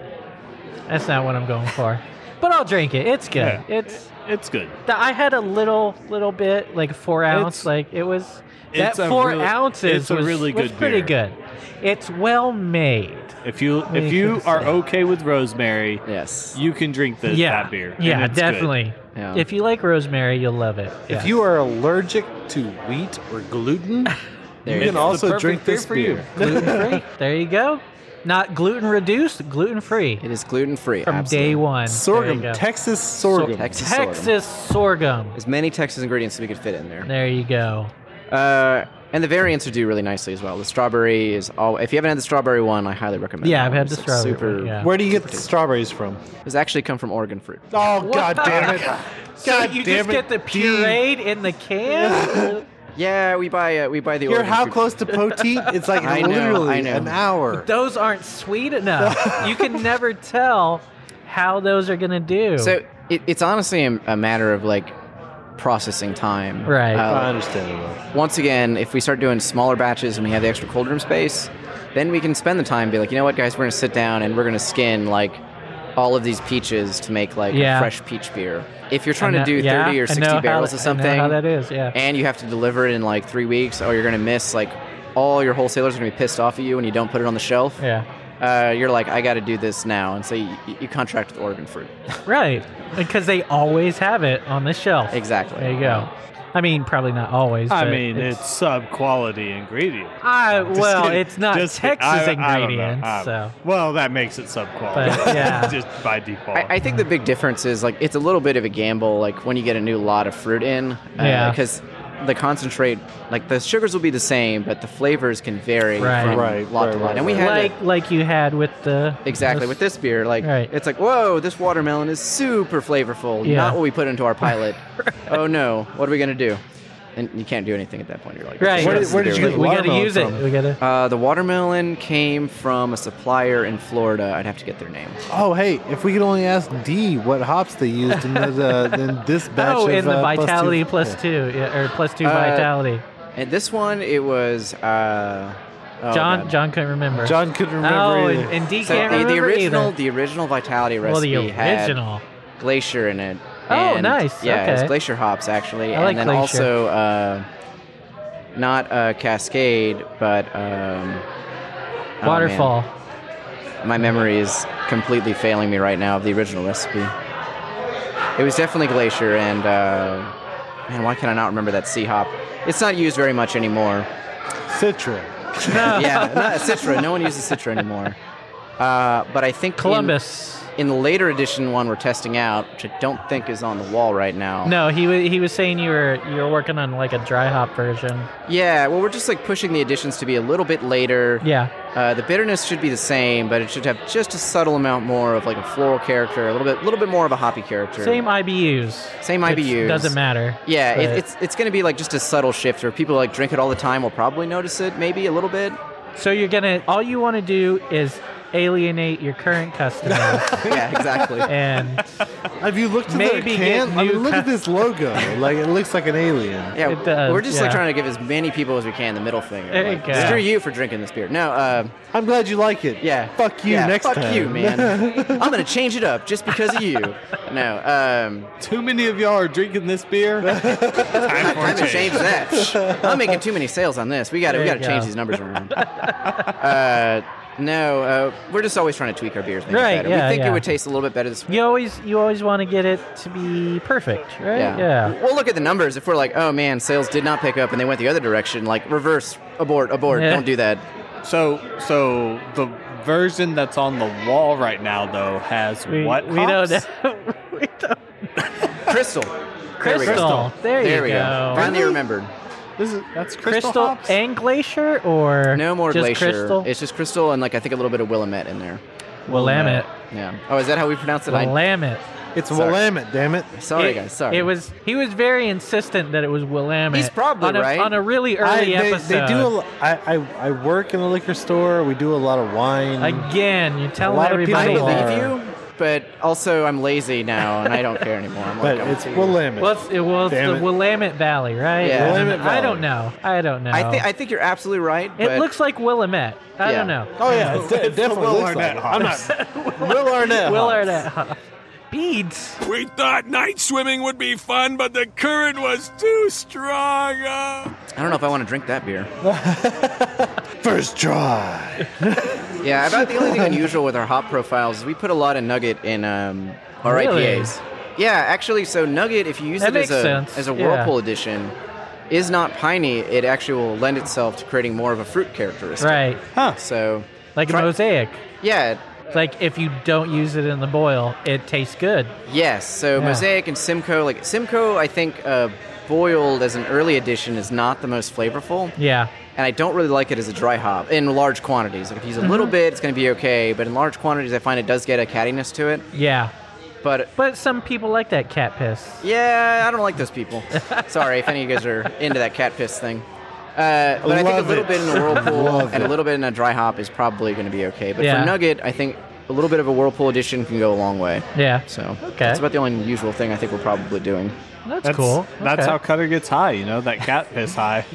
[SPEAKER 12] that's not what I'm going for. but I'll drink it. It's good. It's
[SPEAKER 4] it's good.
[SPEAKER 12] The, I had a little little bit, like four ounce.
[SPEAKER 4] It's-
[SPEAKER 12] like it was that
[SPEAKER 4] it's a
[SPEAKER 12] four
[SPEAKER 4] really-
[SPEAKER 12] ounces
[SPEAKER 4] it's a
[SPEAKER 12] was,
[SPEAKER 4] really
[SPEAKER 12] was
[SPEAKER 4] good
[SPEAKER 12] pretty
[SPEAKER 4] beer.
[SPEAKER 12] good. It's well made.
[SPEAKER 4] If you
[SPEAKER 12] me
[SPEAKER 4] if you
[SPEAKER 12] just
[SPEAKER 4] are
[SPEAKER 12] say.
[SPEAKER 4] okay with rosemary,
[SPEAKER 11] yes,
[SPEAKER 4] you can drink the,
[SPEAKER 12] yeah,
[SPEAKER 4] that beer. and
[SPEAKER 12] yeah,
[SPEAKER 4] it's good.
[SPEAKER 12] definitely. If you like rosemary, you'll love it.
[SPEAKER 3] If you are allergic to wheat or gluten, you can also drink this beer.
[SPEAKER 12] Gluten free. there you go. Not gluten reduced, gluten free. It
[SPEAKER 11] is gluten free
[SPEAKER 12] from day one. There you
[SPEAKER 11] sorghum.
[SPEAKER 12] go.
[SPEAKER 11] Texas sorghum.
[SPEAKER 12] Texas sorghum.
[SPEAKER 11] As many Texas ingredients as we could fit in there.
[SPEAKER 12] There you go.
[SPEAKER 11] Uh, and the variants are do really nicely as well. The strawberry is all. If you haven't had the strawberry one, I highly recommend.
[SPEAKER 12] Yeah,
[SPEAKER 11] that
[SPEAKER 12] I've
[SPEAKER 11] one.
[SPEAKER 12] had the
[SPEAKER 11] It's
[SPEAKER 12] strawberry
[SPEAKER 11] Super.
[SPEAKER 12] one, yeah.
[SPEAKER 11] Where
[SPEAKER 3] do you get the strawberries from?
[SPEAKER 11] It's actually come from Oregon fruit.
[SPEAKER 3] Oh
[SPEAKER 12] God
[SPEAKER 3] damn
[SPEAKER 12] it! so you
[SPEAKER 11] damn
[SPEAKER 12] just
[SPEAKER 11] it,
[SPEAKER 12] get the pureed in the can.
[SPEAKER 11] Yeah, we buy uh, we buy the.
[SPEAKER 3] You're
[SPEAKER 11] Oregon
[SPEAKER 3] how
[SPEAKER 11] fruit.
[SPEAKER 3] close to Poteet? It's like
[SPEAKER 11] I know,
[SPEAKER 3] literally
[SPEAKER 11] I know.
[SPEAKER 3] an hour.
[SPEAKER 12] those aren't sweet enough. you can never tell how those are gonna do.
[SPEAKER 11] So it, it's honestly a, a matter of like processing time.
[SPEAKER 12] Right.
[SPEAKER 11] Uh,
[SPEAKER 3] Understandable.
[SPEAKER 11] once again, if we start doing smaller batches and we have the extra cold room space, then we can spend the time and be like, you know what, guys, we're gonna sit down and we're gonna skin like all of these peaches to make like
[SPEAKER 12] Yeah.
[SPEAKER 11] a fresh peach beer. If you're
[SPEAKER 12] I
[SPEAKER 11] trying
[SPEAKER 12] know-
[SPEAKER 11] to do
[SPEAKER 12] yeah,
[SPEAKER 11] 30
[SPEAKER 12] I
[SPEAKER 11] or 60
[SPEAKER 12] know how
[SPEAKER 11] barrels
[SPEAKER 12] that-
[SPEAKER 11] of
[SPEAKER 12] I know
[SPEAKER 11] something,
[SPEAKER 12] how that is, yeah.
[SPEAKER 11] and you have to deliver it in like three weeks, or you're gonna miss like all your wholesalers are gonna be pissed off at you when you don't put it on the shelf.
[SPEAKER 12] Yeah.
[SPEAKER 11] Uh, you're like, I got to do this now, and so you, you contract with Oregon Fruit.
[SPEAKER 12] Right, because they always have it on the shelf.
[SPEAKER 11] Exactly.
[SPEAKER 12] There you go. I mean, probably not always.
[SPEAKER 4] I
[SPEAKER 12] but
[SPEAKER 4] mean, it's, sub quality ingredient.
[SPEAKER 12] I
[SPEAKER 4] Just
[SPEAKER 12] well,
[SPEAKER 4] kidding.
[SPEAKER 12] it's not
[SPEAKER 4] Just kidding.
[SPEAKER 12] Texas
[SPEAKER 4] I- I don't know.
[SPEAKER 12] ingredients.
[SPEAKER 4] I-
[SPEAKER 12] so
[SPEAKER 4] well, that makes it sub quality.
[SPEAKER 12] But, yeah.
[SPEAKER 4] just by default.
[SPEAKER 11] I, I think the big difference is like it's a little bit of a gamble, like when you get a new lot of fruit in,
[SPEAKER 12] Yeah.
[SPEAKER 11] because the concentrate, like the sugars will be the same, but the flavors can vary
[SPEAKER 12] Right.
[SPEAKER 11] from
[SPEAKER 12] Right,
[SPEAKER 11] lot to
[SPEAKER 12] right,
[SPEAKER 11] lot.
[SPEAKER 12] right,
[SPEAKER 11] and we
[SPEAKER 12] right.
[SPEAKER 11] had
[SPEAKER 12] like
[SPEAKER 11] it
[SPEAKER 12] like you had with the
[SPEAKER 11] exactly with this beer, like it's like whoa, this watermelon is super flavorful.
[SPEAKER 12] Yeah.
[SPEAKER 11] Not what we put into our pilot. Oh no, what are we gonna do? And you can't do anything at that point. You're like,
[SPEAKER 12] Right.
[SPEAKER 11] "What
[SPEAKER 12] Where-
[SPEAKER 11] is
[SPEAKER 12] where
[SPEAKER 11] this
[SPEAKER 12] did you
[SPEAKER 11] doing?"
[SPEAKER 12] get the We gotta watermelon use it. from? We gotta-
[SPEAKER 11] Uh, the watermelon came from a supplier in Florida. I'd have to get their name.
[SPEAKER 3] Oh hey, if we could only ask D what hops they used in, the, the, in this batch.
[SPEAKER 12] oh,
[SPEAKER 3] of,
[SPEAKER 12] in the
[SPEAKER 3] uh, plus two-
[SPEAKER 12] vitality
[SPEAKER 3] Yeah.
[SPEAKER 12] plus two, yeah, or plus two
[SPEAKER 11] Uh,
[SPEAKER 12] vitality.
[SPEAKER 11] And this one, it was uh, oh,
[SPEAKER 12] John
[SPEAKER 11] God.
[SPEAKER 12] John couldn't remember. Oh, and, and D
[SPEAKER 11] So
[SPEAKER 12] can't
[SPEAKER 11] the,
[SPEAKER 12] remember
[SPEAKER 11] the original,
[SPEAKER 12] either.
[SPEAKER 11] the original Vitality
[SPEAKER 12] Well,
[SPEAKER 11] recipe
[SPEAKER 12] the original.
[SPEAKER 11] had Oh, glacier in it.
[SPEAKER 12] Oh,
[SPEAKER 11] and-
[SPEAKER 12] nice,
[SPEAKER 11] Yeah, it's
[SPEAKER 12] okay.
[SPEAKER 11] glacier hops actually,
[SPEAKER 12] I
[SPEAKER 11] and
[SPEAKER 12] like
[SPEAKER 11] then
[SPEAKER 12] Glacier.
[SPEAKER 11] also uh, not uh, Cascade, but um, oh, man.
[SPEAKER 12] Waterfall.
[SPEAKER 11] My memory is completely failing me right now of the original recipe. It was definitely Glacier, and uh, man, why can I not remember that sea hop? It's not used very much anymore.
[SPEAKER 3] Citra.
[SPEAKER 11] yeah, not Citra. No one uses Citra anymore. Uh, but I think in-
[SPEAKER 12] Columbus.
[SPEAKER 11] In, the later edition one we're testing out, which I don't think is on the wall right now.
[SPEAKER 12] No, he was he was saying you were you were working on like a dry hop version.
[SPEAKER 11] Yeah, well, we're just like pushing the additions to be a little bit later.
[SPEAKER 12] Yeah.
[SPEAKER 11] Uh, the bitterness should be the same, but it should have just a subtle amount more of like a floral character, a little bit, little bit more of a hoppy character.
[SPEAKER 12] Same IBUs.
[SPEAKER 11] Same
[SPEAKER 12] which
[SPEAKER 11] IBUs.
[SPEAKER 12] Doesn't matter.
[SPEAKER 11] Yeah,
[SPEAKER 12] but-
[SPEAKER 11] it, it's it's going to be like just a subtle shift, where people like drink it all the time will probably notice it, maybe a little bit.
[SPEAKER 12] So you're gonna all you want to do is alienate your current customers.
[SPEAKER 11] yeah, exactly.
[SPEAKER 12] And
[SPEAKER 3] Have you looked at
[SPEAKER 12] Maybe
[SPEAKER 3] the
[SPEAKER 12] get
[SPEAKER 3] can? I
[SPEAKER 12] new
[SPEAKER 3] mean, look
[SPEAKER 12] cu-
[SPEAKER 3] at this logo. Like it looks like an alien.
[SPEAKER 11] Yeah,
[SPEAKER 3] It does,
[SPEAKER 11] we're just like
[SPEAKER 3] yeah.
[SPEAKER 11] trying to give as many people as we can the middle finger.
[SPEAKER 3] There
[SPEAKER 11] Like,
[SPEAKER 3] you go.
[SPEAKER 11] Screw you for drinking this beer. No, uh,
[SPEAKER 3] I'm glad you like it.
[SPEAKER 11] Yeah.
[SPEAKER 3] Fuck you
[SPEAKER 11] yeah,
[SPEAKER 3] next
[SPEAKER 11] fuck
[SPEAKER 3] time.
[SPEAKER 11] you, man. I'm gonna change it up just because of you. No, um,
[SPEAKER 4] Too many of y'all are drinking this beer.
[SPEAKER 11] time
[SPEAKER 4] for a
[SPEAKER 11] to change
[SPEAKER 4] change.
[SPEAKER 11] that. I'm making too many sales on this. We got to we
[SPEAKER 4] There
[SPEAKER 11] got
[SPEAKER 4] you
[SPEAKER 11] to change
[SPEAKER 4] go.
[SPEAKER 11] these numbers around. uh, no, uh, we're just always trying to tweak our beers. Make
[SPEAKER 12] Right,
[SPEAKER 11] It better.
[SPEAKER 12] yeah,
[SPEAKER 11] we think
[SPEAKER 12] yeah.
[SPEAKER 11] it would taste a little bit better this
[SPEAKER 12] you always you always want to get it to be perfect, right?
[SPEAKER 11] We'll look at the numbers. If we're like, oh man, sales did not pick up and they went the other direction, like reverse, abort, abort,
[SPEAKER 4] Yeah.
[SPEAKER 11] don't do that.
[SPEAKER 4] So, so the version that's on the wall right now, though, has
[SPEAKER 12] We-
[SPEAKER 4] what?
[SPEAKER 12] we don't
[SPEAKER 4] hops?
[SPEAKER 11] Crystal. There we go.
[SPEAKER 12] Crystal. There you
[SPEAKER 11] we
[SPEAKER 12] go.
[SPEAKER 11] Finally
[SPEAKER 12] Really?
[SPEAKER 11] remembered.
[SPEAKER 3] This is that's
[SPEAKER 12] Crystal, and glacier or
[SPEAKER 11] No more
[SPEAKER 12] just
[SPEAKER 11] glacier.
[SPEAKER 12] crystal.
[SPEAKER 11] It's just crystal and like I think a little bit of Willamette in there.
[SPEAKER 12] Willamette.
[SPEAKER 11] Yeah. Oh, is that how we pronounce it? I-
[SPEAKER 12] Willamette.
[SPEAKER 3] It's
[SPEAKER 11] Sorry.
[SPEAKER 3] Willamette, damn it.
[SPEAKER 11] Sorry,
[SPEAKER 12] It-
[SPEAKER 11] guys. Sorry.
[SPEAKER 12] It was he was very insistent that it was Willamette.
[SPEAKER 11] He's probably
[SPEAKER 12] on a,
[SPEAKER 11] right.
[SPEAKER 12] on a really
[SPEAKER 3] I-
[SPEAKER 12] early
[SPEAKER 3] they, They
[SPEAKER 12] episode.
[SPEAKER 3] do. A, l- I, I I work in a liquor store. We do a lot of wine.
[SPEAKER 12] Again, you
[SPEAKER 3] a
[SPEAKER 12] tell
[SPEAKER 3] lot of
[SPEAKER 12] everybody.
[SPEAKER 3] people
[SPEAKER 11] I
[SPEAKER 3] are-
[SPEAKER 11] believe you. but also I'm lazy now and I don't care anymore. I'm like,
[SPEAKER 12] But
[SPEAKER 11] I'm
[SPEAKER 12] it's
[SPEAKER 11] too-
[SPEAKER 12] Willamette. What's it was the Willamette Valley, right?
[SPEAKER 11] Yeah. Willamette
[SPEAKER 12] I
[SPEAKER 11] Valley.
[SPEAKER 12] don't know. I don't know.
[SPEAKER 11] I think I think you're absolutely right.
[SPEAKER 12] it
[SPEAKER 11] but-
[SPEAKER 12] looks like Willamette. I
[SPEAKER 11] Yeah.
[SPEAKER 12] don't know.
[SPEAKER 11] Oh, yeah, it de-
[SPEAKER 12] It's
[SPEAKER 11] definitely
[SPEAKER 12] the
[SPEAKER 11] looks like it. I'm
[SPEAKER 12] Hops.
[SPEAKER 11] Will Arnett
[SPEAKER 12] Will
[SPEAKER 14] Hops.
[SPEAKER 12] Arnett. Hops. Beads.
[SPEAKER 14] We thought night swimming would be fun, but the current was too strong. uh.
[SPEAKER 11] I don't know if I want to drink that beer.
[SPEAKER 3] First try.
[SPEAKER 11] Yeah, about the only thing unusual with our hop profiles is we put a lot of nugget in um, our
[SPEAKER 12] Really?
[SPEAKER 11] IPAs. Yeah, actually, so nugget, if you use
[SPEAKER 12] That
[SPEAKER 11] it as
[SPEAKER 12] makes
[SPEAKER 11] a,
[SPEAKER 12] sense,
[SPEAKER 11] as a
[SPEAKER 12] yeah.
[SPEAKER 11] whirlpool edition, is not piney. It actually will lend itself to creating more of a fruit characteristic.
[SPEAKER 12] Right.
[SPEAKER 11] Huh. So,
[SPEAKER 12] Like a mosaic.
[SPEAKER 11] Yeah.
[SPEAKER 12] Like if you don't use it in the boil, it tastes good.
[SPEAKER 11] yes, so
[SPEAKER 12] Yeah.
[SPEAKER 11] mosaic and Simcoe, like Simcoe, I think uh, boiled as an early edition is not the most flavorful.
[SPEAKER 12] Yeah.
[SPEAKER 11] and I don't really like it as a dry hop in large quantities. Like if you use a little
[SPEAKER 12] Mhm.
[SPEAKER 11] bit, it's going to be okay, but in large quantities, I find it does get a cattiness to it.
[SPEAKER 12] Yeah.
[SPEAKER 11] But
[SPEAKER 12] but some people like that cat piss.
[SPEAKER 11] Yeah, I don't like those people. Sorry if any of you guys are into that cat piss thing. Uh, but I think a
[SPEAKER 3] Love
[SPEAKER 11] little
[SPEAKER 3] it.
[SPEAKER 11] bit in a whirlpool
[SPEAKER 3] Love
[SPEAKER 11] and a
[SPEAKER 3] it.
[SPEAKER 11] little bit in a dry hop is probably going to be okay. But
[SPEAKER 12] Yeah.
[SPEAKER 11] for Nugget, I think a little bit of a whirlpool addition can go a long way.
[SPEAKER 12] Yeah.
[SPEAKER 11] So
[SPEAKER 12] Okay.
[SPEAKER 11] that's about the only unusual thing I think we're probably doing.
[SPEAKER 12] That's, cool.
[SPEAKER 4] That's
[SPEAKER 12] Okay.
[SPEAKER 4] how Cutter gets high, you know, that cat piss high.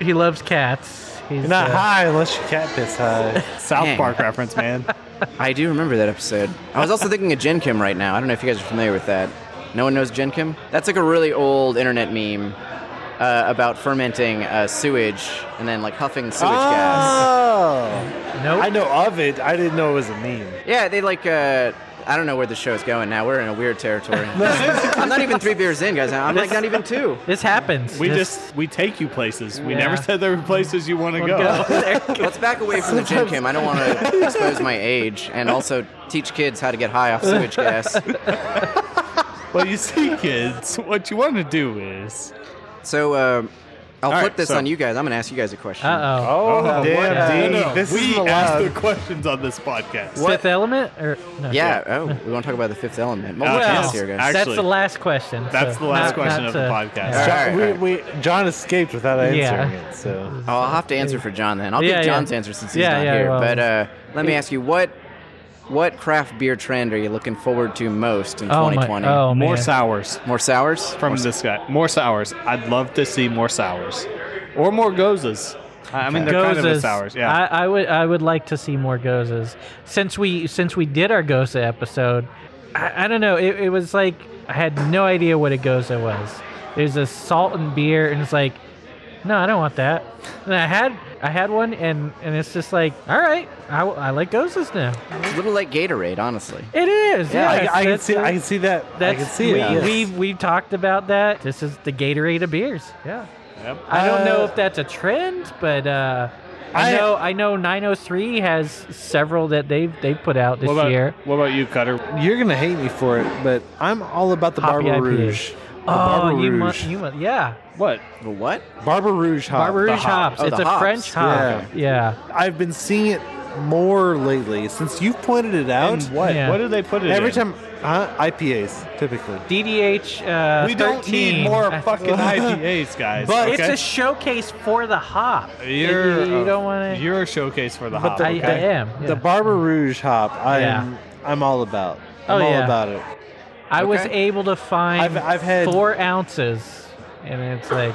[SPEAKER 12] He loves cats. He's
[SPEAKER 4] You're not
[SPEAKER 12] uh,
[SPEAKER 4] high unless your cat piss high. South
[SPEAKER 11] Dang.
[SPEAKER 4] Park reference, man.
[SPEAKER 11] I do remember that episode. I was also thinking of Gen Kim right now. I don't know if you guys are familiar with that. No one knows Gen Kim? That's like a really old internet meme uh, about fermenting uh, sewage and then like huffing sewage
[SPEAKER 3] Ah.
[SPEAKER 11] gas.
[SPEAKER 3] Oh.
[SPEAKER 12] Nope.
[SPEAKER 3] I know of it. I didn't know it was a meme.
[SPEAKER 11] Yeah, they like. Uh, I don't know where the show's going now. We're in a weird territory. I'm not even three beers in, guys. I'm like not even two.
[SPEAKER 12] This happens.
[SPEAKER 4] We
[SPEAKER 11] This-
[SPEAKER 4] just we take you places. We
[SPEAKER 11] Yeah.
[SPEAKER 4] never said there were places you want to go.
[SPEAKER 11] Let's back away from the gym, Kim. I don't want to expose my age and also teach kids how to get high off sewage gas.
[SPEAKER 4] well, you see, kids, what you want to do is.
[SPEAKER 11] So, um, I'll
[SPEAKER 4] All
[SPEAKER 11] flip
[SPEAKER 4] right,
[SPEAKER 11] this
[SPEAKER 4] so-
[SPEAKER 11] on you guys. I'm going to ask you guys a question.
[SPEAKER 4] Oh, damn,
[SPEAKER 11] D,
[SPEAKER 4] D.
[SPEAKER 11] this
[SPEAKER 4] we
[SPEAKER 11] isn't
[SPEAKER 4] ask
[SPEAKER 11] allowed.
[SPEAKER 4] the questions on this podcast.
[SPEAKER 12] Fifth Element or no,
[SPEAKER 11] Yeah. Oh, we want to talk about the fifth element. Multiple
[SPEAKER 4] Well,
[SPEAKER 11] chance here, guys.
[SPEAKER 4] actually-
[SPEAKER 12] that's the last question.
[SPEAKER 4] That's
[SPEAKER 12] so
[SPEAKER 4] the last
[SPEAKER 12] not-
[SPEAKER 4] question
[SPEAKER 12] not
[SPEAKER 4] of the
[SPEAKER 12] to-
[SPEAKER 4] podcast.
[SPEAKER 12] yeah.
[SPEAKER 3] John, we, we, John escaped without answering
[SPEAKER 12] Yeah.
[SPEAKER 3] it. So
[SPEAKER 11] Oh, I'll have to answer for John then. I'll
[SPEAKER 3] Yeah,
[SPEAKER 11] give
[SPEAKER 3] yeah.
[SPEAKER 11] John's answer since he's
[SPEAKER 3] Yeah,
[SPEAKER 11] not
[SPEAKER 3] yeah,
[SPEAKER 11] here.
[SPEAKER 3] well,
[SPEAKER 11] but uh, let me
[SPEAKER 3] it-
[SPEAKER 11] ask you what what craft beer trend are you looking forward to most in
[SPEAKER 4] Oh my-
[SPEAKER 11] 2020?
[SPEAKER 4] oh, More man. sours.
[SPEAKER 11] More sours
[SPEAKER 4] From this guy, more sours. I'd love to see more sours, or more gozas. I I mean, they're kind of a
[SPEAKER 12] Gozas.
[SPEAKER 4] sours. Yeah.
[SPEAKER 12] I, I would I would like to see more gozas. Since we since we did our goza episode, I, I don't know. It, it was like I had no idea what a goza was. It was a salt and beer, and it's like, no, I don't want that. And I had I had one, and and it's just like, all right, I, I like gozas now.
[SPEAKER 11] It's a little like Gatorade, honestly.
[SPEAKER 12] It is.
[SPEAKER 11] Yeah, I-
[SPEAKER 12] yes,
[SPEAKER 11] I can
[SPEAKER 12] that's
[SPEAKER 11] see-
[SPEAKER 12] it.
[SPEAKER 11] I can see that. I
[SPEAKER 12] That's,
[SPEAKER 11] can see
[SPEAKER 12] we,
[SPEAKER 11] it, yes.
[SPEAKER 12] We've we've talked about that. This is the Gatorade of beers. Yeah.
[SPEAKER 4] Yep.
[SPEAKER 12] I don't know
[SPEAKER 4] Uh,
[SPEAKER 12] if that's a trend, but uh, I,
[SPEAKER 4] I-
[SPEAKER 12] know I know 903 has several that they've they've put out this
[SPEAKER 3] What about-
[SPEAKER 12] year.
[SPEAKER 4] What about you, Cutter?
[SPEAKER 3] You're gonna hate me for it, but I'm all about the
[SPEAKER 12] Hoppy
[SPEAKER 3] Barber
[SPEAKER 12] IPAs.
[SPEAKER 3] Rouge.
[SPEAKER 12] Oh,
[SPEAKER 3] The Barber
[SPEAKER 12] you
[SPEAKER 3] Rouge.
[SPEAKER 12] must you must yeah.
[SPEAKER 4] What?
[SPEAKER 11] The what?
[SPEAKER 3] Barber Rouge hop.
[SPEAKER 12] Barber
[SPEAKER 3] the
[SPEAKER 12] Rouge
[SPEAKER 3] hop.
[SPEAKER 12] hops. It's a French hop. Yeah.
[SPEAKER 3] I've been seeing it more lately since you've pointed it out.
[SPEAKER 4] In what? Yeah. What do they put it
[SPEAKER 3] Every
[SPEAKER 4] in?
[SPEAKER 3] time, huh? IPAs typically.
[SPEAKER 12] DDH. Uh,
[SPEAKER 4] we don't
[SPEAKER 12] 13.
[SPEAKER 4] need more fucking IPAs, guys.
[SPEAKER 12] But
[SPEAKER 4] okay?
[SPEAKER 12] it's a showcase for the hop.
[SPEAKER 4] You're,
[SPEAKER 12] you, you don't
[SPEAKER 4] want to. You're a showcase for the
[SPEAKER 3] But
[SPEAKER 4] hop.
[SPEAKER 3] the-
[SPEAKER 4] okay?
[SPEAKER 3] I- I am, The Barber Rouge hop, I'm
[SPEAKER 12] Yeah.
[SPEAKER 3] I'm all about.
[SPEAKER 12] Oh,
[SPEAKER 3] I'm all
[SPEAKER 12] yeah.
[SPEAKER 3] about it.
[SPEAKER 12] I was
[SPEAKER 3] Okay.
[SPEAKER 12] able to find
[SPEAKER 3] I've- I've had-
[SPEAKER 12] four ounces, and it's like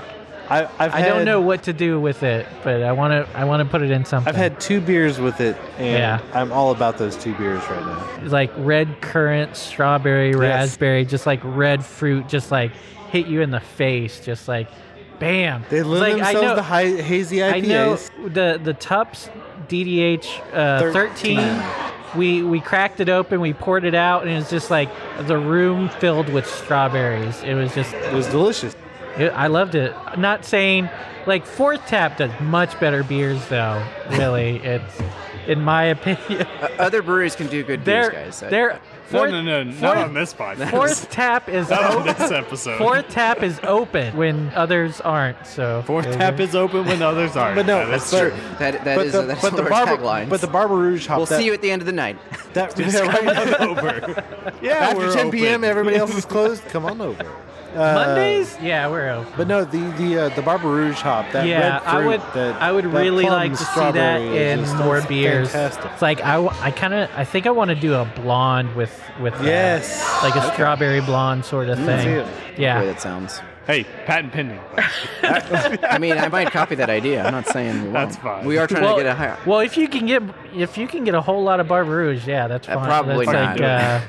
[SPEAKER 3] I, I've
[SPEAKER 12] I don't
[SPEAKER 3] had-
[SPEAKER 12] know what to do with it, but I want to I want to put it in something.
[SPEAKER 3] I've had two beers with it, and
[SPEAKER 12] Yeah.
[SPEAKER 3] I'm all about those two beers right now.
[SPEAKER 12] like red currant, strawberry, raspberry, just like red fruit, just like hit you in the face, just like bam.
[SPEAKER 3] They lend
[SPEAKER 12] like,
[SPEAKER 3] themselves to hi- hazy IPAs.
[SPEAKER 12] I know the the Tups DDH uh,
[SPEAKER 3] Thirteen.
[SPEAKER 12] thirteen. We we cracked it open, we poured it out, and it was just like the room filled with strawberries. It was just it
[SPEAKER 3] was delicious.
[SPEAKER 12] I loved it. Not saying like Fourth Tap does much better beers though. Really, it's in my opinion.
[SPEAKER 11] Other breweries can do good
[SPEAKER 12] They're,
[SPEAKER 11] beers, guys. Uh, I-
[SPEAKER 12] they're fourth-
[SPEAKER 4] no, no, no,
[SPEAKER 12] fourth-
[SPEAKER 4] not on this podcast.
[SPEAKER 12] Fourth tap is
[SPEAKER 4] Not on
[SPEAKER 12] open.
[SPEAKER 4] this episode.
[SPEAKER 12] Fourth tap is open when others aren't. So fourth
[SPEAKER 4] tap is open when others aren't.
[SPEAKER 3] But no, but-
[SPEAKER 11] That, that
[SPEAKER 3] but
[SPEAKER 11] is
[SPEAKER 3] the-
[SPEAKER 11] that's
[SPEAKER 3] but
[SPEAKER 11] one
[SPEAKER 3] the
[SPEAKER 11] of our
[SPEAKER 3] Barber-
[SPEAKER 11] taglines.
[SPEAKER 3] but the Barber Rouge hop,
[SPEAKER 11] We'll
[SPEAKER 3] that-
[SPEAKER 11] see you at the end of the night.
[SPEAKER 3] That, yeah, right.
[SPEAKER 4] over. Yeah,
[SPEAKER 3] After
[SPEAKER 4] we're
[SPEAKER 3] 10 p.m.,
[SPEAKER 4] open.
[SPEAKER 3] everybody else is closed. Come on over. Uh,
[SPEAKER 12] Mondays? Yeah, we're open.
[SPEAKER 3] But no, the the uh, the Barber Rouge hop. That
[SPEAKER 12] yeah,
[SPEAKER 3] red fruit,
[SPEAKER 12] I would.
[SPEAKER 3] That,
[SPEAKER 12] I would
[SPEAKER 3] that
[SPEAKER 12] really
[SPEAKER 3] plum
[SPEAKER 12] like to see that
[SPEAKER 3] strawberry is
[SPEAKER 12] in
[SPEAKER 3] just
[SPEAKER 12] more beers.
[SPEAKER 3] Fantastic.
[SPEAKER 12] It's like I, w- I kind of, I think I want to do a blonde with with that.
[SPEAKER 3] Yes.
[SPEAKER 12] like a
[SPEAKER 3] Okay.
[SPEAKER 12] strawberry blonde sort of
[SPEAKER 11] Mm,
[SPEAKER 12] thing.
[SPEAKER 11] too.
[SPEAKER 12] Yeah.
[SPEAKER 11] The way that sounds.
[SPEAKER 4] Hey, patent pending.
[SPEAKER 11] I mean, I might copy that idea. I'm not saying we won't.
[SPEAKER 4] That's fine.
[SPEAKER 11] We are trying
[SPEAKER 12] well,
[SPEAKER 11] to get a higher.
[SPEAKER 12] Well, if you can get if you can get a whole lot of Barber Rouge, yeah, that's
[SPEAKER 11] Uh,
[SPEAKER 12] fine.
[SPEAKER 11] probably not.
[SPEAKER 12] that's Like, uh,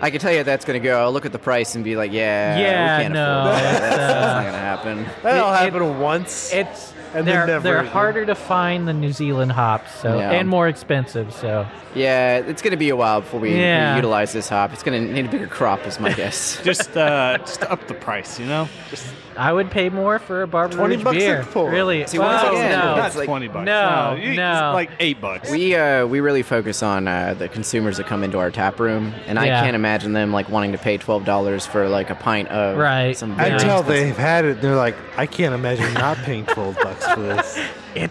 [SPEAKER 11] I can tell you that's going to go. I'll look at the price and be like, yeah,
[SPEAKER 12] Yeah,
[SPEAKER 11] we can't
[SPEAKER 12] no,
[SPEAKER 11] afford that.
[SPEAKER 12] it's,
[SPEAKER 11] That's, that's
[SPEAKER 12] uh,
[SPEAKER 11] not going to happen.
[SPEAKER 3] That'll happen once.
[SPEAKER 12] it's
[SPEAKER 3] and
[SPEAKER 12] they're
[SPEAKER 3] then never.
[SPEAKER 12] they're
[SPEAKER 3] again.
[SPEAKER 12] harder to find than New Zealand hops, so
[SPEAKER 11] Yeah.
[SPEAKER 12] and more expensive. So
[SPEAKER 11] Yeah, it's going to be a while before we, we
[SPEAKER 12] Yeah.
[SPEAKER 11] utilize this hop. It's going to need a bigger crop, is my guess.
[SPEAKER 4] just uh, just up the price, you know. Just
[SPEAKER 12] I would pay more for a Barber
[SPEAKER 4] 20
[SPEAKER 12] Rouge
[SPEAKER 4] bucks a
[SPEAKER 12] beer.
[SPEAKER 4] pour.
[SPEAKER 12] Really?
[SPEAKER 4] See,
[SPEAKER 12] Well,
[SPEAKER 4] once again,
[SPEAKER 12] no.
[SPEAKER 4] that's like- 20 bucks.
[SPEAKER 12] No,
[SPEAKER 4] No, you- it's
[SPEAKER 12] no.
[SPEAKER 4] like eight bucks.
[SPEAKER 11] We uh, we really focus on uh, the consumers that come into our tap room, and I
[SPEAKER 12] Yeah.
[SPEAKER 11] can't imagine them like wanting to pay twelve dollars for like a pint of
[SPEAKER 12] Right.
[SPEAKER 11] Some
[SPEAKER 3] I
[SPEAKER 11] very
[SPEAKER 3] tell
[SPEAKER 11] expensive-
[SPEAKER 3] they've had it. They're like, I can't imagine not paying twelve bucks for this.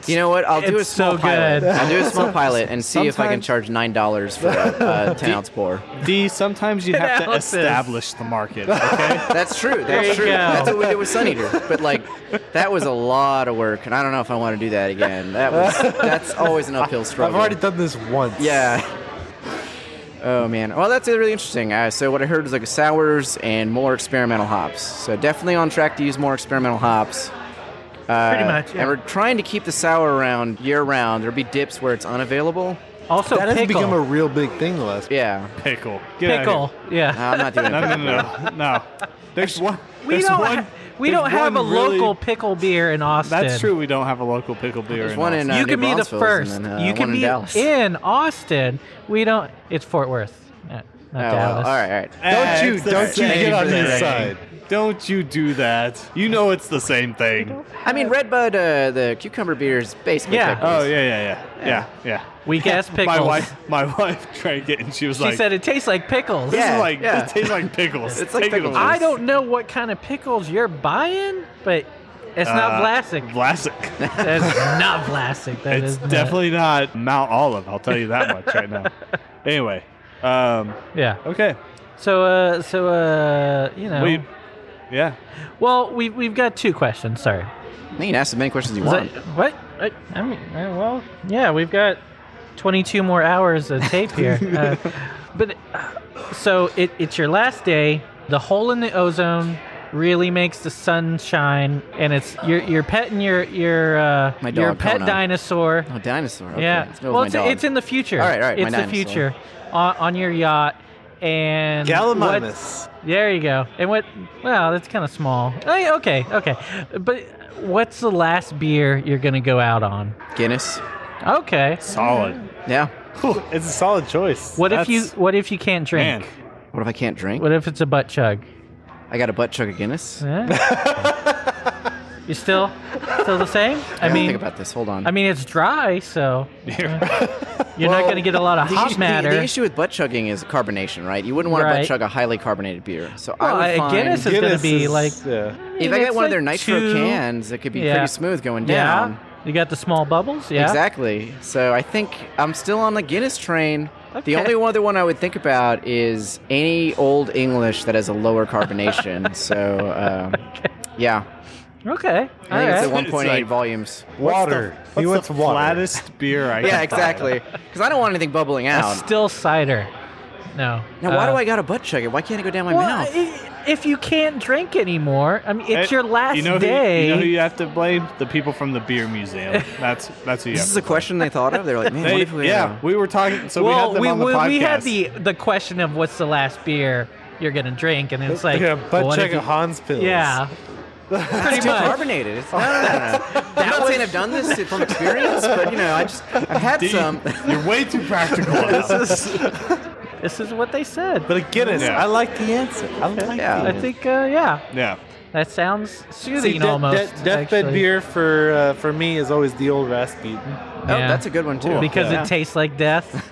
[SPEAKER 11] You know what? I'll do a
[SPEAKER 12] it's
[SPEAKER 11] small
[SPEAKER 12] so
[SPEAKER 11] pilot.
[SPEAKER 12] good.
[SPEAKER 11] I'll do a small pilot and see if I can
[SPEAKER 4] Sometimes-
[SPEAKER 11] charge nine dollars for a, a ten ounce pour.
[SPEAKER 4] D. Sometimes you have to
[SPEAKER 12] Analysis.
[SPEAKER 4] establish the market. Okay.
[SPEAKER 11] That's true.
[SPEAKER 12] There you
[SPEAKER 11] That's true.
[SPEAKER 12] go.
[SPEAKER 11] That's what we did with Sun Eater. But like, that was a lot of work, and I don't know if I want to do that again. That was that's always an uphill
[SPEAKER 3] I've
[SPEAKER 11] struggle.
[SPEAKER 3] already done this once.
[SPEAKER 11] Yeah. Oh man. Well, that's really interesting. Uh, so what I heard was like sours and more experimental hops. So definitely on track to use more experimental hops. Uh,
[SPEAKER 12] Pretty much, yeah.
[SPEAKER 11] And we're trying to keep the sour around year round. There'll be dips where it's unavailable.
[SPEAKER 12] Also,
[SPEAKER 3] that has
[SPEAKER 12] pickle.
[SPEAKER 3] become a real big thing the last.
[SPEAKER 11] Yeah.
[SPEAKER 4] Pickle. Get out
[SPEAKER 12] pickle.
[SPEAKER 4] of
[SPEAKER 11] No,
[SPEAKER 12] Yeah.
[SPEAKER 11] I'm not doing
[SPEAKER 4] here. No, no,
[SPEAKER 11] it.
[SPEAKER 4] no, no, no. There's one.
[SPEAKER 12] We
[SPEAKER 4] Uh, there's
[SPEAKER 12] don't.
[SPEAKER 4] one-
[SPEAKER 12] ha- we
[SPEAKER 4] there's
[SPEAKER 12] don't have a
[SPEAKER 4] one really-
[SPEAKER 12] local pickle beer in Austin.
[SPEAKER 4] That's true. We don't have a local pickle beer.
[SPEAKER 11] There's
[SPEAKER 4] in
[SPEAKER 11] one in
[SPEAKER 4] Austin.
[SPEAKER 11] uh,
[SPEAKER 12] you
[SPEAKER 11] New
[SPEAKER 12] can be the
[SPEAKER 11] Braunfels and
[SPEAKER 12] first.
[SPEAKER 11] then, uh,
[SPEAKER 12] you
[SPEAKER 11] one
[SPEAKER 12] can
[SPEAKER 11] in
[SPEAKER 12] be
[SPEAKER 11] Dallas.
[SPEAKER 12] in Austin. We don't. It's Fort Worth, Uh, not
[SPEAKER 11] Oh, well, all
[SPEAKER 12] Dallas.
[SPEAKER 11] right, all right.
[SPEAKER 4] Ah,
[SPEAKER 3] Don't you-
[SPEAKER 4] it's the
[SPEAKER 3] don't you
[SPEAKER 4] same
[SPEAKER 3] get on his
[SPEAKER 4] thing.
[SPEAKER 3] side.
[SPEAKER 4] Don't you do that. You know it's the same thing.
[SPEAKER 11] I mean, Redbud, uh, the cucumber beer is basically
[SPEAKER 12] Yeah.
[SPEAKER 11] pickles.
[SPEAKER 4] Oh yeah, yeah, yeah, yeah, yeah.
[SPEAKER 12] Weak ass pickles.
[SPEAKER 4] My wife, my wife drank it, and she was
[SPEAKER 12] She
[SPEAKER 4] like,
[SPEAKER 12] said it tastes like pickles.
[SPEAKER 4] "This
[SPEAKER 11] Yeah,
[SPEAKER 4] is like
[SPEAKER 11] yeah.
[SPEAKER 4] this tastes like pickles."
[SPEAKER 11] It's like
[SPEAKER 4] Take it
[SPEAKER 11] pickles.
[SPEAKER 4] away.
[SPEAKER 12] I don't know what kind of pickles you're buying, but it's not
[SPEAKER 4] Uh,
[SPEAKER 12] Vlasic.
[SPEAKER 4] Vlasic.
[SPEAKER 12] That's not Vlasic. That
[SPEAKER 4] it's
[SPEAKER 12] is not-
[SPEAKER 4] definitely not Mount Olive. I'll tell you that much right now. Anyway, um,
[SPEAKER 12] Yeah.
[SPEAKER 4] okay,
[SPEAKER 12] So, uh, so, uh, you know.
[SPEAKER 4] we, yeah,
[SPEAKER 12] well, we've, we've got two questions. Sorry.
[SPEAKER 11] You can ask as many questions as you
[SPEAKER 12] Is
[SPEAKER 11] want.
[SPEAKER 12] that- what? I, I mean, uh, well, yeah, we've got 22 more hours of tape here. Uh, but uh, so it, it's your last day. The hole in the ozone really makes the sun shine, and it's you're you're petting your your uh,
[SPEAKER 11] My
[SPEAKER 12] your
[SPEAKER 11] dog,
[SPEAKER 12] pet
[SPEAKER 11] Kona.
[SPEAKER 12] dinosaur.
[SPEAKER 11] Oh, dinosaur. Okay.
[SPEAKER 12] Yeah.
[SPEAKER 11] Let's go with
[SPEAKER 12] Well,
[SPEAKER 11] my
[SPEAKER 12] it's,
[SPEAKER 11] dog.
[SPEAKER 12] it's in the future.
[SPEAKER 11] All right, all right, my
[SPEAKER 12] It's the
[SPEAKER 11] dinosaur.
[SPEAKER 12] future on, on your yacht. And what-
[SPEAKER 3] Gallimimus.
[SPEAKER 12] there you go. And what? Well, that's kind of small. Hey, okay, okay. But what's the last beer you're gonna go out on?
[SPEAKER 11] Guinness.
[SPEAKER 12] Okay.
[SPEAKER 4] solid.
[SPEAKER 11] Yeah.
[SPEAKER 3] Whew, it's a solid choice.
[SPEAKER 12] Mm. What if you
[SPEAKER 3] That's-
[SPEAKER 12] What if you can't drink?
[SPEAKER 4] Man,
[SPEAKER 11] What if I can't drink?
[SPEAKER 12] What if it's a butt chug?
[SPEAKER 11] I got a butt chug of Guinness.
[SPEAKER 12] Yeah. you still still the same? I
[SPEAKER 11] gotta
[SPEAKER 12] mean,
[SPEAKER 11] think about this. Hold on.
[SPEAKER 12] I mean it's dry, so you're not gonna get a lot of
[SPEAKER 11] the
[SPEAKER 12] hop
[SPEAKER 11] issue, the-
[SPEAKER 12] matter.
[SPEAKER 11] The, issue with butt chugging is carbonation, right? You wouldn't want to
[SPEAKER 12] Right.
[SPEAKER 11] butt chug a highly carbonated beer. So I
[SPEAKER 12] Well,
[SPEAKER 11] would
[SPEAKER 12] uh,
[SPEAKER 11] find
[SPEAKER 12] Guinness is gonna
[SPEAKER 3] Guinness
[SPEAKER 12] be
[SPEAKER 3] is-
[SPEAKER 12] like.
[SPEAKER 3] yeah.
[SPEAKER 11] if I get
[SPEAKER 12] it's
[SPEAKER 11] one
[SPEAKER 12] like
[SPEAKER 11] of their nitro
[SPEAKER 12] two-
[SPEAKER 11] cans, it could be
[SPEAKER 12] Yeah.
[SPEAKER 11] pretty smooth going
[SPEAKER 12] Yeah.
[SPEAKER 11] down.
[SPEAKER 12] You got the small bubbles. Yeah.
[SPEAKER 11] Exactly. So I think I'm still on the Guinness train.
[SPEAKER 12] Okay.
[SPEAKER 11] The only other one I would think about is any old English that has a lower carbonation. so, uh, yeah,
[SPEAKER 12] Okay.
[SPEAKER 11] I think
[SPEAKER 12] All
[SPEAKER 11] it's
[SPEAKER 12] right.
[SPEAKER 11] at 1.8
[SPEAKER 4] like-
[SPEAKER 11] volumes.
[SPEAKER 3] Water.
[SPEAKER 4] What's the,
[SPEAKER 3] He
[SPEAKER 4] what's
[SPEAKER 3] wants
[SPEAKER 4] the
[SPEAKER 3] water.
[SPEAKER 4] flattest beer I
[SPEAKER 11] Yeah,
[SPEAKER 4] can
[SPEAKER 11] exactly. Because I don't want anything bubbling
[SPEAKER 12] That's
[SPEAKER 11] out.
[SPEAKER 12] still cider. No.
[SPEAKER 11] now, why
[SPEAKER 12] Uh,
[SPEAKER 11] do I got to butt chug it? Why can't it go down my
[SPEAKER 12] well,
[SPEAKER 11] mouth?
[SPEAKER 12] i- if you can't drink anymore, I mean,
[SPEAKER 4] Find.
[SPEAKER 12] it's your last
[SPEAKER 4] you know who-
[SPEAKER 12] day.
[SPEAKER 4] you know who you have to blame? The people from the beer museum. That's that's who you
[SPEAKER 11] This
[SPEAKER 4] have
[SPEAKER 11] is
[SPEAKER 4] to
[SPEAKER 11] a question they thought of. They're like, man,
[SPEAKER 4] blame.
[SPEAKER 11] what
[SPEAKER 4] They-
[SPEAKER 11] if we,
[SPEAKER 4] yeah, we were talking. So we had
[SPEAKER 12] well,
[SPEAKER 4] them
[SPEAKER 12] we
[SPEAKER 4] on the podcast.
[SPEAKER 12] we had the the question of what's the last beer you're gonna drink, and it's like,
[SPEAKER 3] yeah,
[SPEAKER 12] well,
[SPEAKER 3] butt
[SPEAKER 12] what if
[SPEAKER 3] chug
[SPEAKER 12] you-
[SPEAKER 3] of Hans pills.
[SPEAKER 12] yeah,
[SPEAKER 11] uh,
[SPEAKER 12] pretty
[SPEAKER 11] it's too
[SPEAKER 12] much.
[SPEAKER 11] carbonated. It's, no, no, no, no. I'm not saying I've done this from experience, but you know, I just I've had
[SPEAKER 4] Dude,
[SPEAKER 11] some.
[SPEAKER 4] You're way too practical. on that.
[SPEAKER 12] This is what they said.
[SPEAKER 3] But a Guinness,
[SPEAKER 4] Yeah.
[SPEAKER 3] I like the answer. I like
[SPEAKER 11] Yeah.
[SPEAKER 3] the
[SPEAKER 12] I
[SPEAKER 3] answer.
[SPEAKER 12] think, uh, yeah,
[SPEAKER 4] yeah.
[SPEAKER 12] that sounds soothing
[SPEAKER 3] See, de-
[SPEAKER 12] almost.
[SPEAKER 3] de- deathbed
[SPEAKER 12] actually.
[SPEAKER 3] beer for uh, for me is always the old Rasputin.
[SPEAKER 11] oh,
[SPEAKER 12] Yeah.
[SPEAKER 11] that's a good one too.
[SPEAKER 12] because
[SPEAKER 3] Yeah.
[SPEAKER 12] it tastes like death.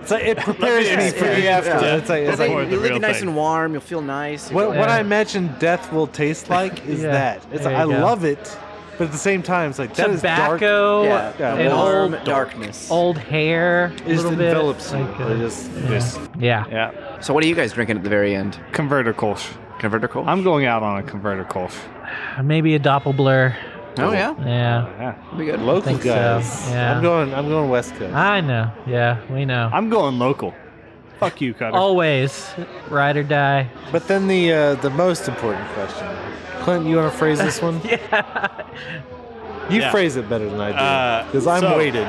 [SPEAKER 3] It's like it prepares
[SPEAKER 4] Let me
[SPEAKER 3] me for
[SPEAKER 4] experience
[SPEAKER 3] the after.
[SPEAKER 4] death
[SPEAKER 3] It's like, it's
[SPEAKER 4] before
[SPEAKER 3] like
[SPEAKER 4] Or
[SPEAKER 11] you
[SPEAKER 4] the
[SPEAKER 11] leave
[SPEAKER 4] real
[SPEAKER 11] it nice
[SPEAKER 4] thing.
[SPEAKER 11] and warm. You'll feel nice. you
[SPEAKER 3] what
[SPEAKER 11] go-
[SPEAKER 3] what
[SPEAKER 12] Yeah.
[SPEAKER 3] I imagine death will taste like is
[SPEAKER 12] Yeah.
[SPEAKER 3] that. It's
[SPEAKER 12] There
[SPEAKER 3] like, I
[SPEAKER 12] you go.
[SPEAKER 3] love it, but at the same time, it's like that is dark.
[SPEAKER 12] Tobacco
[SPEAKER 11] yeah,
[SPEAKER 3] Yeah,
[SPEAKER 12] and
[SPEAKER 11] warm
[SPEAKER 12] old
[SPEAKER 11] darkness.
[SPEAKER 12] old hair, a
[SPEAKER 3] It just
[SPEAKER 12] little bit.
[SPEAKER 3] envelops you.
[SPEAKER 12] like, uh,
[SPEAKER 3] It just-
[SPEAKER 4] This.
[SPEAKER 12] yeah.
[SPEAKER 4] Yeah.
[SPEAKER 11] So what are you guys drinking at the very end?
[SPEAKER 4] Converter Kolsch.
[SPEAKER 2] Converticle?
[SPEAKER 4] I'm going out on a convertible.
[SPEAKER 12] Maybe a doppelblur.
[SPEAKER 4] Oh, yeah?
[SPEAKER 12] Yeah.
[SPEAKER 4] Yeah. Be good. Local
[SPEAKER 12] I think so,
[SPEAKER 4] guys.
[SPEAKER 12] Yeah.
[SPEAKER 4] I'm
[SPEAKER 3] going. I'm going West Coast.
[SPEAKER 12] I know. Yeah, we know.
[SPEAKER 4] I'm going local. Fuck you, Cutter.
[SPEAKER 12] Always. Ride or die.
[SPEAKER 3] But then the uh, the most important question, Clint, you want to phrase this one? You
[SPEAKER 4] Yeah.
[SPEAKER 3] phrase it better than I do
[SPEAKER 4] Uh,
[SPEAKER 3] because I'm
[SPEAKER 4] so,
[SPEAKER 3] weighted.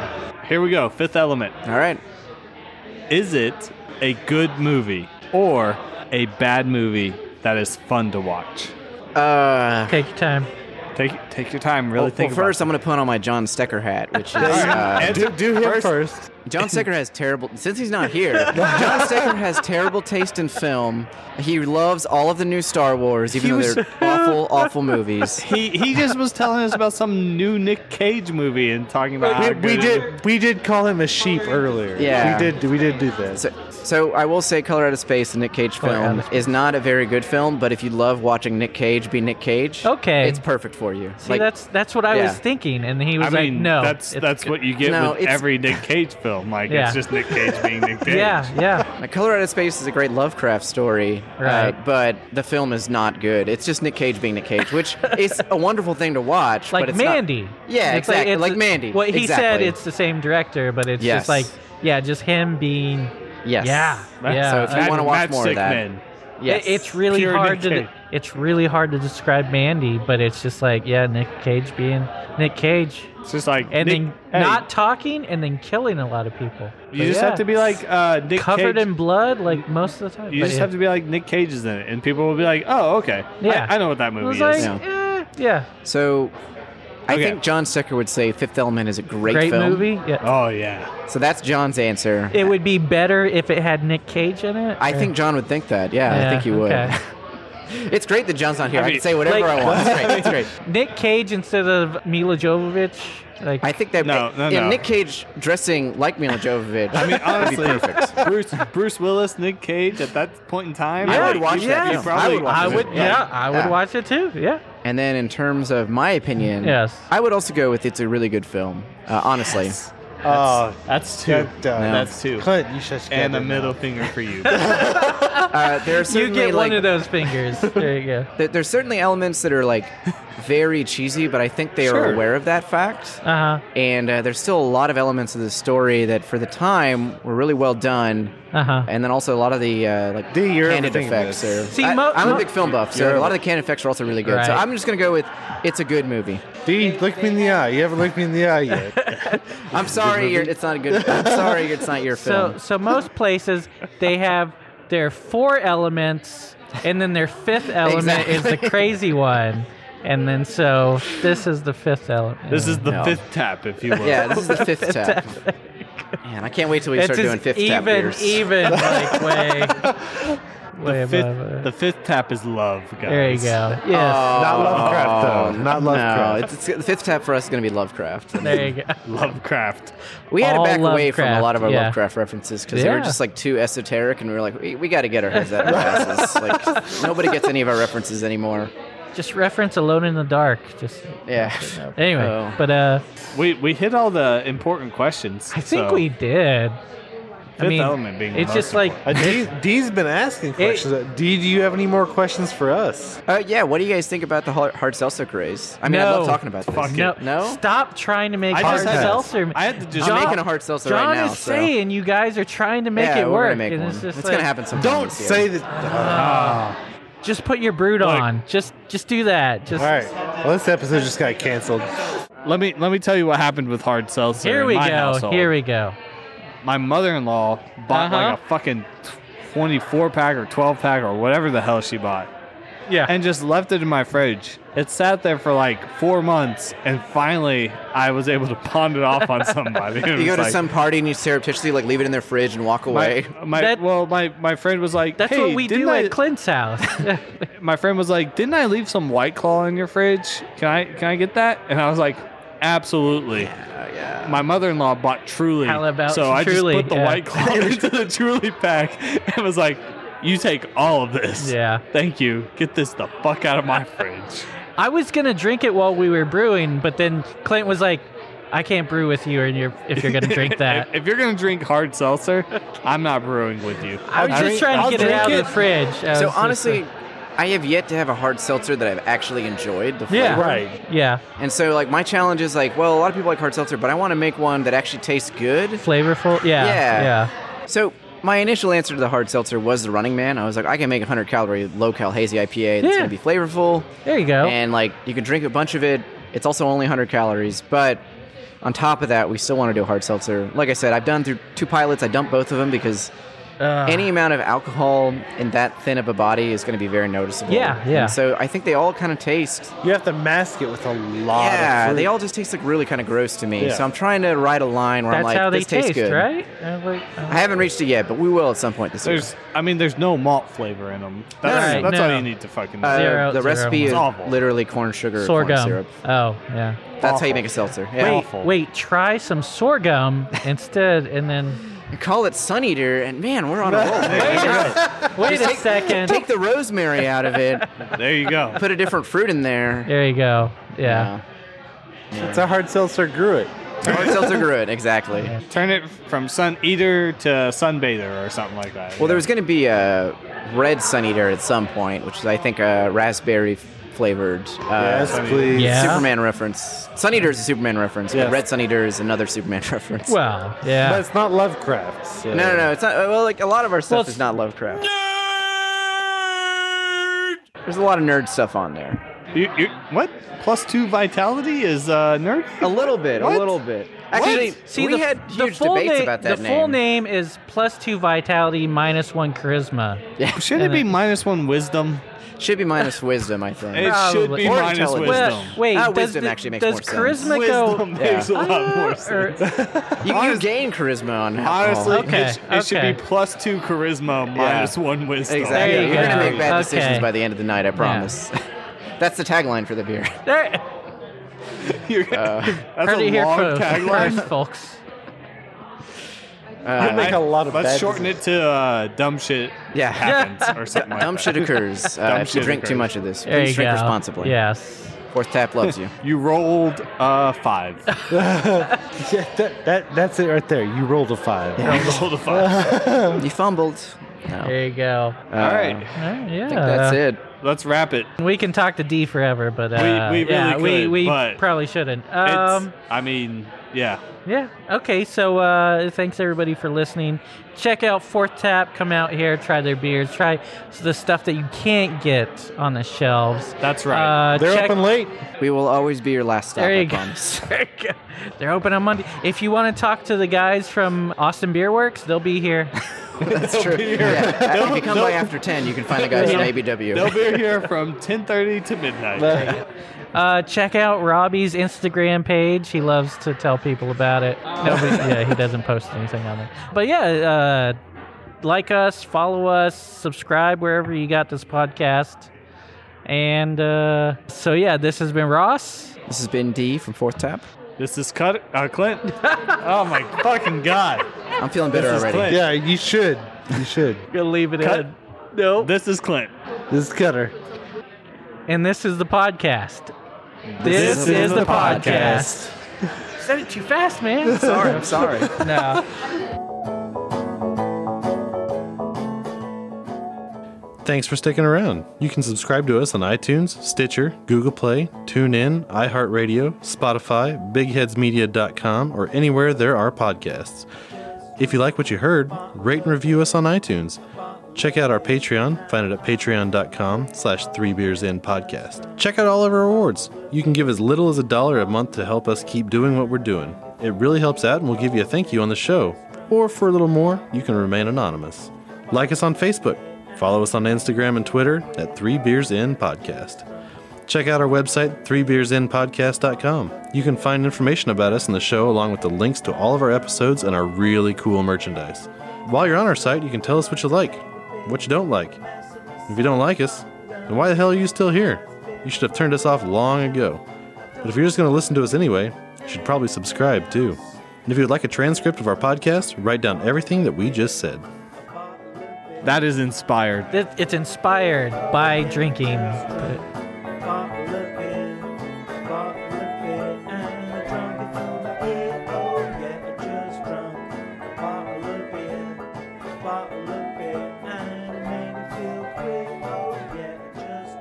[SPEAKER 4] Here we go. Fifth element.
[SPEAKER 11] All right.
[SPEAKER 4] Is it a good movie or a bad movie that is fun to watch?
[SPEAKER 11] Uh,
[SPEAKER 12] take your time.
[SPEAKER 4] Take take your time. Really
[SPEAKER 11] well,
[SPEAKER 4] think
[SPEAKER 11] well, first, I'm going to put on my John Stecker hat, which is.
[SPEAKER 4] Yeah,
[SPEAKER 11] Uh,
[SPEAKER 4] you- do- do him first.
[SPEAKER 11] John Stecker has terrible. Since he's not here, John Stecker has terrible taste in film. He loves all of the new Star Wars, even
[SPEAKER 4] He
[SPEAKER 11] though
[SPEAKER 4] was-
[SPEAKER 11] they're awful, awful movies.
[SPEAKER 4] He he just was telling us about some new Nick Cage movie and talking about how
[SPEAKER 3] We,
[SPEAKER 4] good
[SPEAKER 3] we
[SPEAKER 4] it
[SPEAKER 3] did we did call him a sheep earlier.
[SPEAKER 11] Yeah.
[SPEAKER 3] we did we did do that.
[SPEAKER 11] So, so I will say, Color Out of Space, the Nick Cage
[SPEAKER 3] Color Out
[SPEAKER 11] film,
[SPEAKER 3] of
[SPEAKER 11] is not a very good film. But if you love watching Nick Cage be Nick Cage,
[SPEAKER 12] okay,
[SPEAKER 11] it's perfect for you.
[SPEAKER 12] See, that's that's what I
[SPEAKER 11] yeah.
[SPEAKER 12] was thinking, and he
[SPEAKER 4] I
[SPEAKER 12] was like,
[SPEAKER 4] mean,
[SPEAKER 12] "No,
[SPEAKER 4] that's
[SPEAKER 12] it's
[SPEAKER 4] that's
[SPEAKER 12] good."
[SPEAKER 4] what you get
[SPEAKER 11] No,
[SPEAKER 4] with
[SPEAKER 11] it's-
[SPEAKER 4] every Nick Cage film. Like
[SPEAKER 11] Yeah.
[SPEAKER 4] it's just Nick Cage being Nick Cage.
[SPEAKER 12] Yeah, yeah.
[SPEAKER 11] Now, Color Out of Space is a great Lovecraft story, uh,
[SPEAKER 4] Right.
[SPEAKER 11] but the film is not good. It's just Nick Cage being Nick Cage, which is a wonderful thing to watch.
[SPEAKER 12] like
[SPEAKER 11] but it's not-
[SPEAKER 12] Mandy.
[SPEAKER 11] yeah,
[SPEAKER 12] It's
[SPEAKER 11] exactly.
[SPEAKER 12] it's-
[SPEAKER 11] Like, Mandy.
[SPEAKER 12] Well, he said
[SPEAKER 11] Exactly.
[SPEAKER 12] it's the same director, but it's
[SPEAKER 11] Yes.
[SPEAKER 12] just like, yeah, just him being.
[SPEAKER 11] Yes.
[SPEAKER 12] Yeah.
[SPEAKER 11] Right.
[SPEAKER 12] yeah.
[SPEAKER 11] So if you
[SPEAKER 12] uh,
[SPEAKER 11] wanna watch more of Matchstick that, Men. yes.
[SPEAKER 12] It- it's really
[SPEAKER 11] Pure
[SPEAKER 12] hard
[SPEAKER 11] Nick
[SPEAKER 12] to.
[SPEAKER 11] Cage.
[SPEAKER 12] It's really hard to describe Mandy, but it's just like, yeah, Nick Cage being Nick Cage. It's
[SPEAKER 4] just like
[SPEAKER 12] and
[SPEAKER 4] Nick-
[SPEAKER 12] then
[SPEAKER 4] hey.
[SPEAKER 12] not talking and then killing a lot of people.
[SPEAKER 4] You just have to be like uh, Nick
[SPEAKER 12] covered
[SPEAKER 4] Cage.
[SPEAKER 12] in blood, like most of the time.
[SPEAKER 4] You
[SPEAKER 12] but
[SPEAKER 4] just
[SPEAKER 12] yeah.
[SPEAKER 4] have to be like Nick Cage is in it, and people will be like, "Oh, okay, I-
[SPEAKER 12] Yeah.
[SPEAKER 4] I, know what that
[SPEAKER 12] I
[SPEAKER 4] movie
[SPEAKER 12] was
[SPEAKER 4] is."
[SPEAKER 12] like, eh, yeah.
[SPEAKER 11] So, I
[SPEAKER 4] Okay.
[SPEAKER 11] think John Stecker would say Fifth Element is a great,
[SPEAKER 12] Great
[SPEAKER 11] film.
[SPEAKER 12] movie? Yeah.
[SPEAKER 4] Oh yeah.
[SPEAKER 11] So that's John's answer.
[SPEAKER 12] It would be better if it had Nick Cage in it.
[SPEAKER 11] I
[SPEAKER 12] or-
[SPEAKER 11] think John would think that. Yeah, I
[SPEAKER 12] Yeah,
[SPEAKER 11] think he would.
[SPEAKER 12] okay.
[SPEAKER 11] it's great that John's not here. I,
[SPEAKER 12] mean,
[SPEAKER 11] can say whatever
[SPEAKER 12] like-
[SPEAKER 11] I want. It's great. It's great.
[SPEAKER 12] Nick Cage instead of Mila Jovovich. Like
[SPEAKER 11] I think that and Nick Cage dressing like Mila Jovovich.
[SPEAKER 4] I mean,
[SPEAKER 11] would be perfect.
[SPEAKER 4] honestly, Bruce Bruce Willis, Nick Cage at that point in time.
[SPEAKER 11] I
[SPEAKER 4] like,
[SPEAKER 11] would watch
[SPEAKER 4] you-
[SPEAKER 11] that.
[SPEAKER 4] you
[SPEAKER 11] film.
[SPEAKER 4] probably-
[SPEAKER 11] I would. Watch
[SPEAKER 12] I
[SPEAKER 11] it.
[SPEAKER 12] would- yeah, I would watch it too. Yeah.
[SPEAKER 11] And then in terms of my opinion,
[SPEAKER 12] Yes.
[SPEAKER 11] I would also go with it's a really good film. Uh, honestly.
[SPEAKER 3] Oh,
[SPEAKER 4] that's
[SPEAKER 3] two.
[SPEAKER 11] No.
[SPEAKER 4] That's two.
[SPEAKER 3] Clint, you should.
[SPEAKER 4] and a middle finger for you.
[SPEAKER 11] Uh, there are
[SPEAKER 12] You
[SPEAKER 11] certainly
[SPEAKER 12] get
[SPEAKER 11] like
[SPEAKER 12] one of those fingers. There you go.
[SPEAKER 11] there- there's certainly elements that are like very cheesy, but I think they are
[SPEAKER 12] Sure.
[SPEAKER 11] aware of that fact.
[SPEAKER 12] Uh huh.
[SPEAKER 11] And uh, there's still a lot of elements of the story that, for the time, were really well done.
[SPEAKER 12] Uh-huh.
[SPEAKER 11] And then also a lot of the uh, like candid
[SPEAKER 3] overthinking
[SPEAKER 11] effects.
[SPEAKER 3] this.
[SPEAKER 11] Are,
[SPEAKER 3] See,
[SPEAKER 11] I,
[SPEAKER 3] mo-
[SPEAKER 11] am
[SPEAKER 3] mo-
[SPEAKER 11] a big film buff, so
[SPEAKER 3] You're
[SPEAKER 11] a lot
[SPEAKER 3] over-
[SPEAKER 11] of the candid effects are also really good. So
[SPEAKER 3] Right.
[SPEAKER 11] I'm just gonna go with it's a good movie.
[SPEAKER 3] D, look me in the eye. You haven't looked me in the eye yet.
[SPEAKER 11] I'm sorry, you're, it's not a good. I'm sorry, it's not your
[SPEAKER 12] So
[SPEAKER 4] Um,
[SPEAKER 11] film.
[SPEAKER 12] so most places they have their four elements, and then their fifth element is the
[SPEAKER 11] Exactly.
[SPEAKER 12] crazy one, and then so this is the fifth element.
[SPEAKER 4] This is the
[SPEAKER 12] No.
[SPEAKER 4] fifth tap, if you will.
[SPEAKER 11] yeah, this is the fifth tap. Man, I can't wait till we
[SPEAKER 12] It's
[SPEAKER 11] start
[SPEAKER 12] just
[SPEAKER 11] doing fifth
[SPEAKER 12] even,
[SPEAKER 11] tap beers.
[SPEAKER 12] Even, like, way. way
[SPEAKER 4] The fifth,
[SPEAKER 12] above it.
[SPEAKER 4] the fifth tap is love, guys.
[SPEAKER 12] uh, There you go. Oh, Yes.
[SPEAKER 11] Not
[SPEAKER 4] Lovecraft, though. Not
[SPEAKER 11] No,
[SPEAKER 4] Lovecraft.
[SPEAKER 11] it's, it's, the fifth tap for us is going to be Lovecraft.
[SPEAKER 12] There you go.
[SPEAKER 4] Lovecraft.
[SPEAKER 11] We had
[SPEAKER 12] All
[SPEAKER 11] to back away from a
[SPEAKER 12] Lovecraft,
[SPEAKER 11] lot of our
[SPEAKER 12] yeah.
[SPEAKER 11] Lovecraft references because they were
[SPEAKER 12] Yeah.
[SPEAKER 11] just like too esoteric, and we were like, we, we got to get our heads out of our asses. like nobody gets any of our references anymore.
[SPEAKER 12] Just reference Alone in the Dark. Just
[SPEAKER 11] Yeah.
[SPEAKER 12] Anyway,
[SPEAKER 11] Oh.
[SPEAKER 12] but uh,
[SPEAKER 4] we we hit all the important questions.
[SPEAKER 12] I think we did. I
[SPEAKER 4] Fifth
[SPEAKER 12] mean,
[SPEAKER 4] Element being the
[SPEAKER 12] it's
[SPEAKER 4] most
[SPEAKER 12] just like
[SPEAKER 3] Uh, D, D's been asking questions. Uh, D, do you have any more questions for us?
[SPEAKER 11] Uh, yeah, what do you guys think about the hard, hard seltzer craze? I mean, I love
[SPEAKER 12] No.
[SPEAKER 11] talking about this.
[SPEAKER 4] Fuck it.
[SPEAKER 12] no,
[SPEAKER 11] No?
[SPEAKER 12] Stop trying to make
[SPEAKER 11] I
[SPEAKER 12] hard
[SPEAKER 11] just had-
[SPEAKER 12] seltzer.
[SPEAKER 11] I had to just- I'm making a hard seltzer
[SPEAKER 12] John
[SPEAKER 11] right now,
[SPEAKER 12] is
[SPEAKER 11] so-
[SPEAKER 12] saying you guys are trying to make
[SPEAKER 11] Yeah,
[SPEAKER 12] it
[SPEAKER 11] we're
[SPEAKER 12] work.
[SPEAKER 11] gonna make
[SPEAKER 12] and
[SPEAKER 11] one.
[SPEAKER 12] It's, just
[SPEAKER 11] It's gonna
[SPEAKER 12] like-
[SPEAKER 11] happen sometime Don't this year. say that-
[SPEAKER 12] Ah. just put your brood on. Just just do that. Just
[SPEAKER 3] All right. Well, this episode just got canceled.
[SPEAKER 4] Let me let me tell you what happened with hard seltzer.
[SPEAKER 12] Here
[SPEAKER 4] in
[SPEAKER 12] we
[SPEAKER 4] my
[SPEAKER 12] go,
[SPEAKER 4] Household.
[SPEAKER 12] here we go.
[SPEAKER 4] My mother-in-law bought
[SPEAKER 12] Uh-huh.
[SPEAKER 4] like a fucking twenty-four pack or twelve pack or whatever the hell she bought.
[SPEAKER 12] Yeah.
[SPEAKER 4] And just left it in my fridge. It sat there for like four months, and finally I was able to pawn it off on somebody. It
[SPEAKER 11] You go
[SPEAKER 4] was
[SPEAKER 11] to
[SPEAKER 4] like-
[SPEAKER 11] some party and you surreptitiously like leave it in their fridge and walk away.
[SPEAKER 4] My, my- well, my, my friend was like,
[SPEAKER 12] That's
[SPEAKER 4] "Hey,
[SPEAKER 12] what we
[SPEAKER 4] didn't
[SPEAKER 12] do
[SPEAKER 4] I-"
[SPEAKER 12] at Clint's house.
[SPEAKER 4] my friend was like, "Didn't I leave some White Claw in your fridge? Can I can I get that?" And I was like, "Absolutely."
[SPEAKER 11] Yeah,
[SPEAKER 4] My mother-in-law bought Truly,
[SPEAKER 12] How about
[SPEAKER 4] so
[SPEAKER 12] some
[SPEAKER 4] I
[SPEAKER 12] Truly,
[SPEAKER 4] just put the
[SPEAKER 12] yeah.
[SPEAKER 4] White Claw into the Truly pack and was like, "You take all of this.
[SPEAKER 12] Yeah.
[SPEAKER 4] thank you. Get this the fuck out of my fridge."
[SPEAKER 12] I was gonna drink it while we were brewing, but then Clint was like, "I can't brew with you, and you're if you're gonna drink that."
[SPEAKER 4] if, if you're gonna drink hard seltzer, I'm not brewing with you.
[SPEAKER 12] I was just trying to get it out of the fridge. I was
[SPEAKER 11] So
[SPEAKER 12] just, uh,
[SPEAKER 11] honestly, I have yet to have a hard seltzer that I've actually enjoyed. The
[SPEAKER 12] Yeah.
[SPEAKER 11] flavor.
[SPEAKER 12] Right. Yeah.
[SPEAKER 11] And so, like, my challenge is like, well, a lot of people like hard seltzer, but I want to make one that actually tastes good,
[SPEAKER 12] flavorful. Yeah.
[SPEAKER 11] Yeah.
[SPEAKER 12] Yeah.
[SPEAKER 11] So my initial answer to the hard seltzer was the Running Man. I was like, I can make a 100 calorie low cal hazy IPA that's
[SPEAKER 12] Yeah.
[SPEAKER 11] gonna be flavorful.
[SPEAKER 12] There you go.
[SPEAKER 11] And like, you can drink a bunch of it. It's also only 100 calories, but on top of that, we still want to do a hard seltzer. Like I said, I've done through two pilots. I dumped both of them because.
[SPEAKER 12] Ugh.
[SPEAKER 11] Any amount of alcohol in that thin of a body is going to be very noticeable.
[SPEAKER 12] Yeah, yeah.
[SPEAKER 11] And so I think they all kind of taste. You have to mask it with a lot.
[SPEAKER 15] of
[SPEAKER 11] Yeah,
[SPEAKER 15] fruit.
[SPEAKER 11] they all just taste like really kind of gross to me.
[SPEAKER 15] Yeah.
[SPEAKER 11] So I'm trying to ride a line where
[SPEAKER 12] That's
[SPEAKER 11] I'm like,
[SPEAKER 12] how they
[SPEAKER 11] this tastes
[SPEAKER 12] taste,
[SPEAKER 11] good,
[SPEAKER 12] right? Uh, like, uh,
[SPEAKER 11] I haven't reached it yet, but we will at some point this
[SPEAKER 4] There's,
[SPEAKER 11] year.
[SPEAKER 4] I mean, there's no malt flavor in them. That's,
[SPEAKER 11] Right,
[SPEAKER 4] that's
[SPEAKER 11] no.
[SPEAKER 4] all you need to fucking know.
[SPEAKER 11] Uh, the recipe
[SPEAKER 4] It's
[SPEAKER 11] is
[SPEAKER 4] awful.
[SPEAKER 11] literally corn sugar corn
[SPEAKER 12] sorghum.
[SPEAKER 11] syrup.
[SPEAKER 12] Oh, yeah.
[SPEAKER 11] That's how you make a seltzer. Yeah.
[SPEAKER 12] Wait, wait. Try some sorghum instead, and then
[SPEAKER 11] call it Sun Eater. And man, we're on a roll.
[SPEAKER 12] Wait a
[SPEAKER 11] Just take-
[SPEAKER 12] second.
[SPEAKER 11] Take the rosemary out of it.
[SPEAKER 4] There you go.
[SPEAKER 11] Put a different fruit in there.
[SPEAKER 12] There you go. Yeah.
[SPEAKER 15] It's a hard seltzer grew it.
[SPEAKER 11] Hard seltzer grew it, exactly.
[SPEAKER 4] Turn it from sun eater to sunbather or something like that.
[SPEAKER 11] Well, there was going to be a red Sun Eater at some point, which is, I think, a raspberry flavored. Uh,
[SPEAKER 15] Yes, Sun Eater. please. Yeah.
[SPEAKER 11] Superman reference. Sun Eater is a Superman reference,
[SPEAKER 15] Yes.
[SPEAKER 11] but Red Sun Eater is another Superman reference.
[SPEAKER 12] Well, yeah.
[SPEAKER 15] But it's not Lovecraft. So.
[SPEAKER 11] No, no, no. It's not. uh, Well, like a lot of our
[SPEAKER 15] Well,
[SPEAKER 11] stuff
[SPEAKER 15] it's-
[SPEAKER 11] is not Lovecraft. There's a lot of nerd stuff on there.
[SPEAKER 4] You, you, what? Plus two vitality is uh, nerd?
[SPEAKER 11] A little bit.
[SPEAKER 4] What?
[SPEAKER 11] A little bit.
[SPEAKER 12] See,
[SPEAKER 11] we
[SPEAKER 12] the,
[SPEAKER 11] had
[SPEAKER 12] the
[SPEAKER 11] huge
[SPEAKER 12] full
[SPEAKER 11] debates
[SPEAKER 12] name,
[SPEAKER 11] about that
[SPEAKER 12] the
[SPEAKER 11] name.
[SPEAKER 12] full name is plus two vitality, minus one charisma.
[SPEAKER 11] Yeah.
[SPEAKER 4] Oh, Should it be minus one wisdom?
[SPEAKER 11] Should be minus wisdom, I think.
[SPEAKER 4] It should be
[SPEAKER 11] Or
[SPEAKER 4] minus
[SPEAKER 11] intelligence.
[SPEAKER 4] wisdom.
[SPEAKER 12] Well, wait,
[SPEAKER 11] Ah,
[SPEAKER 12] does
[SPEAKER 11] wisdom
[SPEAKER 12] the-
[SPEAKER 11] actually makes
[SPEAKER 12] does
[SPEAKER 11] more sense.
[SPEAKER 12] charisma
[SPEAKER 4] Wisdom
[SPEAKER 12] go?
[SPEAKER 4] makes a lot
[SPEAKER 12] Uh,
[SPEAKER 4] more
[SPEAKER 12] or-
[SPEAKER 4] sense.
[SPEAKER 11] You, you gain charisma on alcohol.
[SPEAKER 4] Honestly, it, sh- it should be plus two charisma, minus one wisdom.
[SPEAKER 11] Exactly. You're going to make bad decisions
[SPEAKER 4] Okay.
[SPEAKER 11] by the end of the night, I promise. That's the tagline for the beer.
[SPEAKER 12] There-
[SPEAKER 4] That's
[SPEAKER 12] Heard
[SPEAKER 4] a
[SPEAKER 12] it here
[SPEAKER 4] long
[SPEAKER 12] first,
[SPEAKER 4] tagline.
[SPEAKER 12] first, folks.
[SPEAKER 11] You'll make a lot of
[SPEAKER 4] Let's
[SPEAKER 11] bad
[SPEAKER 4] shorten it to uh, dumb shit
[SPEAKER 11] Yeah.
[SPEAKER 4] happens or something like
[SPEAKER 11] Dumb
[SPEAKER 4] that.
[SPEAKER 11] shit occurs. Uh,
[SPEAKER 4] Dumb
[SPEAKER 11] if you
[SPEAKER 4] shit
[SPEAKER 11] drink too
[SPEAKER 4] occurs.
[SPEAKER 11] much of this,
[SPEAKER 12] There
[SPEAKER 11] please
[SPEAKER 12] you
[SPEAKER 11] drink
[SPEAKER 12] go.
[SPEAKER 11] responsibly.
[SPEAKER 12] Yes.
[SPEAKER 11] Fourth Tap loves you.
[SPEAKER 4] You rolled uh, five.
[SPEAKER 15] yeah, that, that that's it right there. You rolled a five.
[SPEAKER 4] rolled a five.
[SPEAKER 11] you fumbled. Oh. Uh,
[SPEAKER 12] There you go. Uh,
[SPEAKER 4] All right.
[SPEAKER 12] yeah.
[SPEAKER 11] it.
[SPEAKER 4] Let's wrap it.
[SPEAKER 12] We can talk to D forever, but
[SPEAKER 4] We-
[SPEAKER 12] uh,
[SPEAKER 4] we really
[SPEAKER 12] yeah, we,
[SPEAKER 4] could,
[SPEAKER 12] we
[SPEAKER 4] but
[SPEAKER 12] probably shouldn't. Um,
[SPEAKER 4] it's, I mean, yeah.
[SPEAKER 12] Yeah. Okay. So uh, thanks everybody for listening. Check out Fourth Tap. Come out here. Try their beers. Try the stuff that you can't get on the shelves.
[SPEAKER 4] That's
[SPEAKER 12] right. Uh, check-
[SPEAKER 15] late.
[SPEAKER 11] We will always be your last stop,
[SPEAKER 12] There
[SPEAKER 11] I
[SPEAKER 12] you go.
[SPEAKER 11] promise.
[SPEAKER 12] There you go. They're open on Monday. If you want to talk to the guys from Austin Beer Works, they'll be here.
[SPEAKER 11] That's true. Yeah. if you come by after 10, you can find the guys from ABW.
[SPEAKER 4] They'll be here from 10:30 to midnight.
[SPEAKER 12] Uh, check out Robbie's Instagram page. He loves to tell people about it. Nobody, yeah, he doesn't post anything on there. But yeah, uh, like us, follow us, subscribe wherever you got this podcast. And uh, so yeah, this has been Ross.
[SPEAKER 11] This has been D from Fourth Tap.
[SPEAKER 4] this is Cut uh, Clint. oh my fucking god.
[SPEAKER 11] I'm feeling better
[SPEAKER 4] This is
[SPEAKER 11] already.
[SPEAKER 4] Clint.
[SPEAKER 15] Yeah, you should. You should.
[SPEAKER 12] Gonna leave it
[SPEAKER 4] Cut.
[SPEAKER 12] in. Nope.
[SPEAKER 4] This is Clint.
[SPEAKER 15] This is Cutter.
[SPEAKER 12] And this is the podcast.
[SPEAKER 15] This is the
[SPEAKER 12] podcast. Said it too fast, man.
[SPEAKER 11] Sorry, I'm sorry.
[SPEAKER 12] no.
[SPEAKER 3] Thanks for sticking around. You can subscribe to us on iTunes, Stitcher, Google Play, TuneIn, iHeartRadio, Spotify, BigHeadsMedia.com, or anywhere there are podcasts. If you like what you heard, rate and review us on iTunes. Check out our Patreon. Find it at patreon.com slash three beers in podcast. Check out all of our awards. You can give as little as a dollar a month to help us keep doing what we're doing. It really helps out and we'll give you a thank you on the show. Or for a little more, you can remain anonymous. Like us on Facebook. Follow us on Instagram and Twitter at Three Beers In Podcast. Check out our website, threebeersinpodcast.com. You can find information about us and the show, along with the links to all of our episodes and our really cool merchandise. While you're on our site, you can tell us what you like, what you don't like. If you don't like us, then why the hell are you still here? You should have turned us off long ago. But if you're just going to listen to us anyway, you should probably subscribe too. And if you would like a transcript of our podcast, write down everything that we just said.
[SPEAKER 4] That is inspired.
[SPEAKER 12] It, it's inspired by drinking. But
[SPEAKER 16] Bottle of beer, and it made me feel great. Oh yeah, I just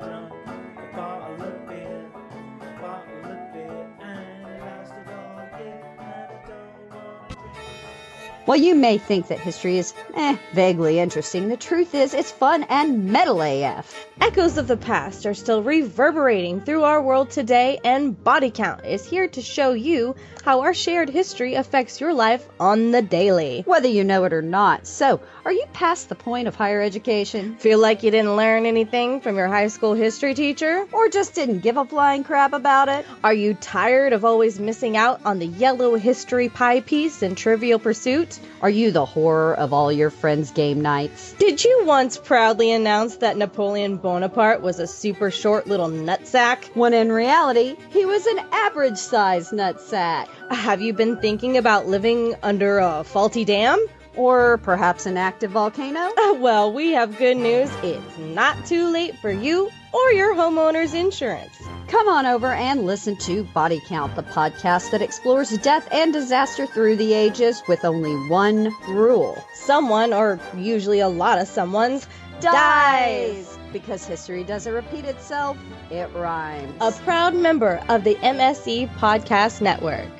[SPEAKER 4] While you may think that history is eh, vaguely interesting, the truth is it's fun and metal AF.
[SPEAKER 12] Echoes of the past are still reverberating through our world today, and Body Count is here to show you how our shared history affects your life on the daily.
[SPEAKER 4] Whether you know it or not. So, are you past the point of higher education?
[SPEAKER 12] Feel like you didn't learn anything from your high school history teacher?
[SPEAKER 4] Or just didn't give a flying crap about it?
[SPEAKER 12] Are you tired of always missing out on the yellow history pie piece in Trivial Pursuit?
[SPEAKER 4] Are you the horror of all your friends' game nights?
[SPEAKER 12] Did you once proudly announce that Napoleon Bonaparte was a super short little nutsack?
[SPEAKER 4] When in reality, he was an average sized nutsack.
[SPEAKER 12] Have you been thinking about living under a faulty dam? Uh,
[SPEAKER 4] Or perhaps an active volcano?
[SPEAKER 12] Well, we have good news. It's not too late for you or your homeowner's insurance.
[SPEAKER 4] Come on over and listen to Body Count, the podcast that explores death and disaster through the ages with only one rule
[SPEAKER 12] someone, or usually a lot of someone's, dies. dies.
[SPEAKER 4] Because history doesn't repeat itself, it rhymes.
[SPEAKER 12] A proud member of the MSE E Podcast Network.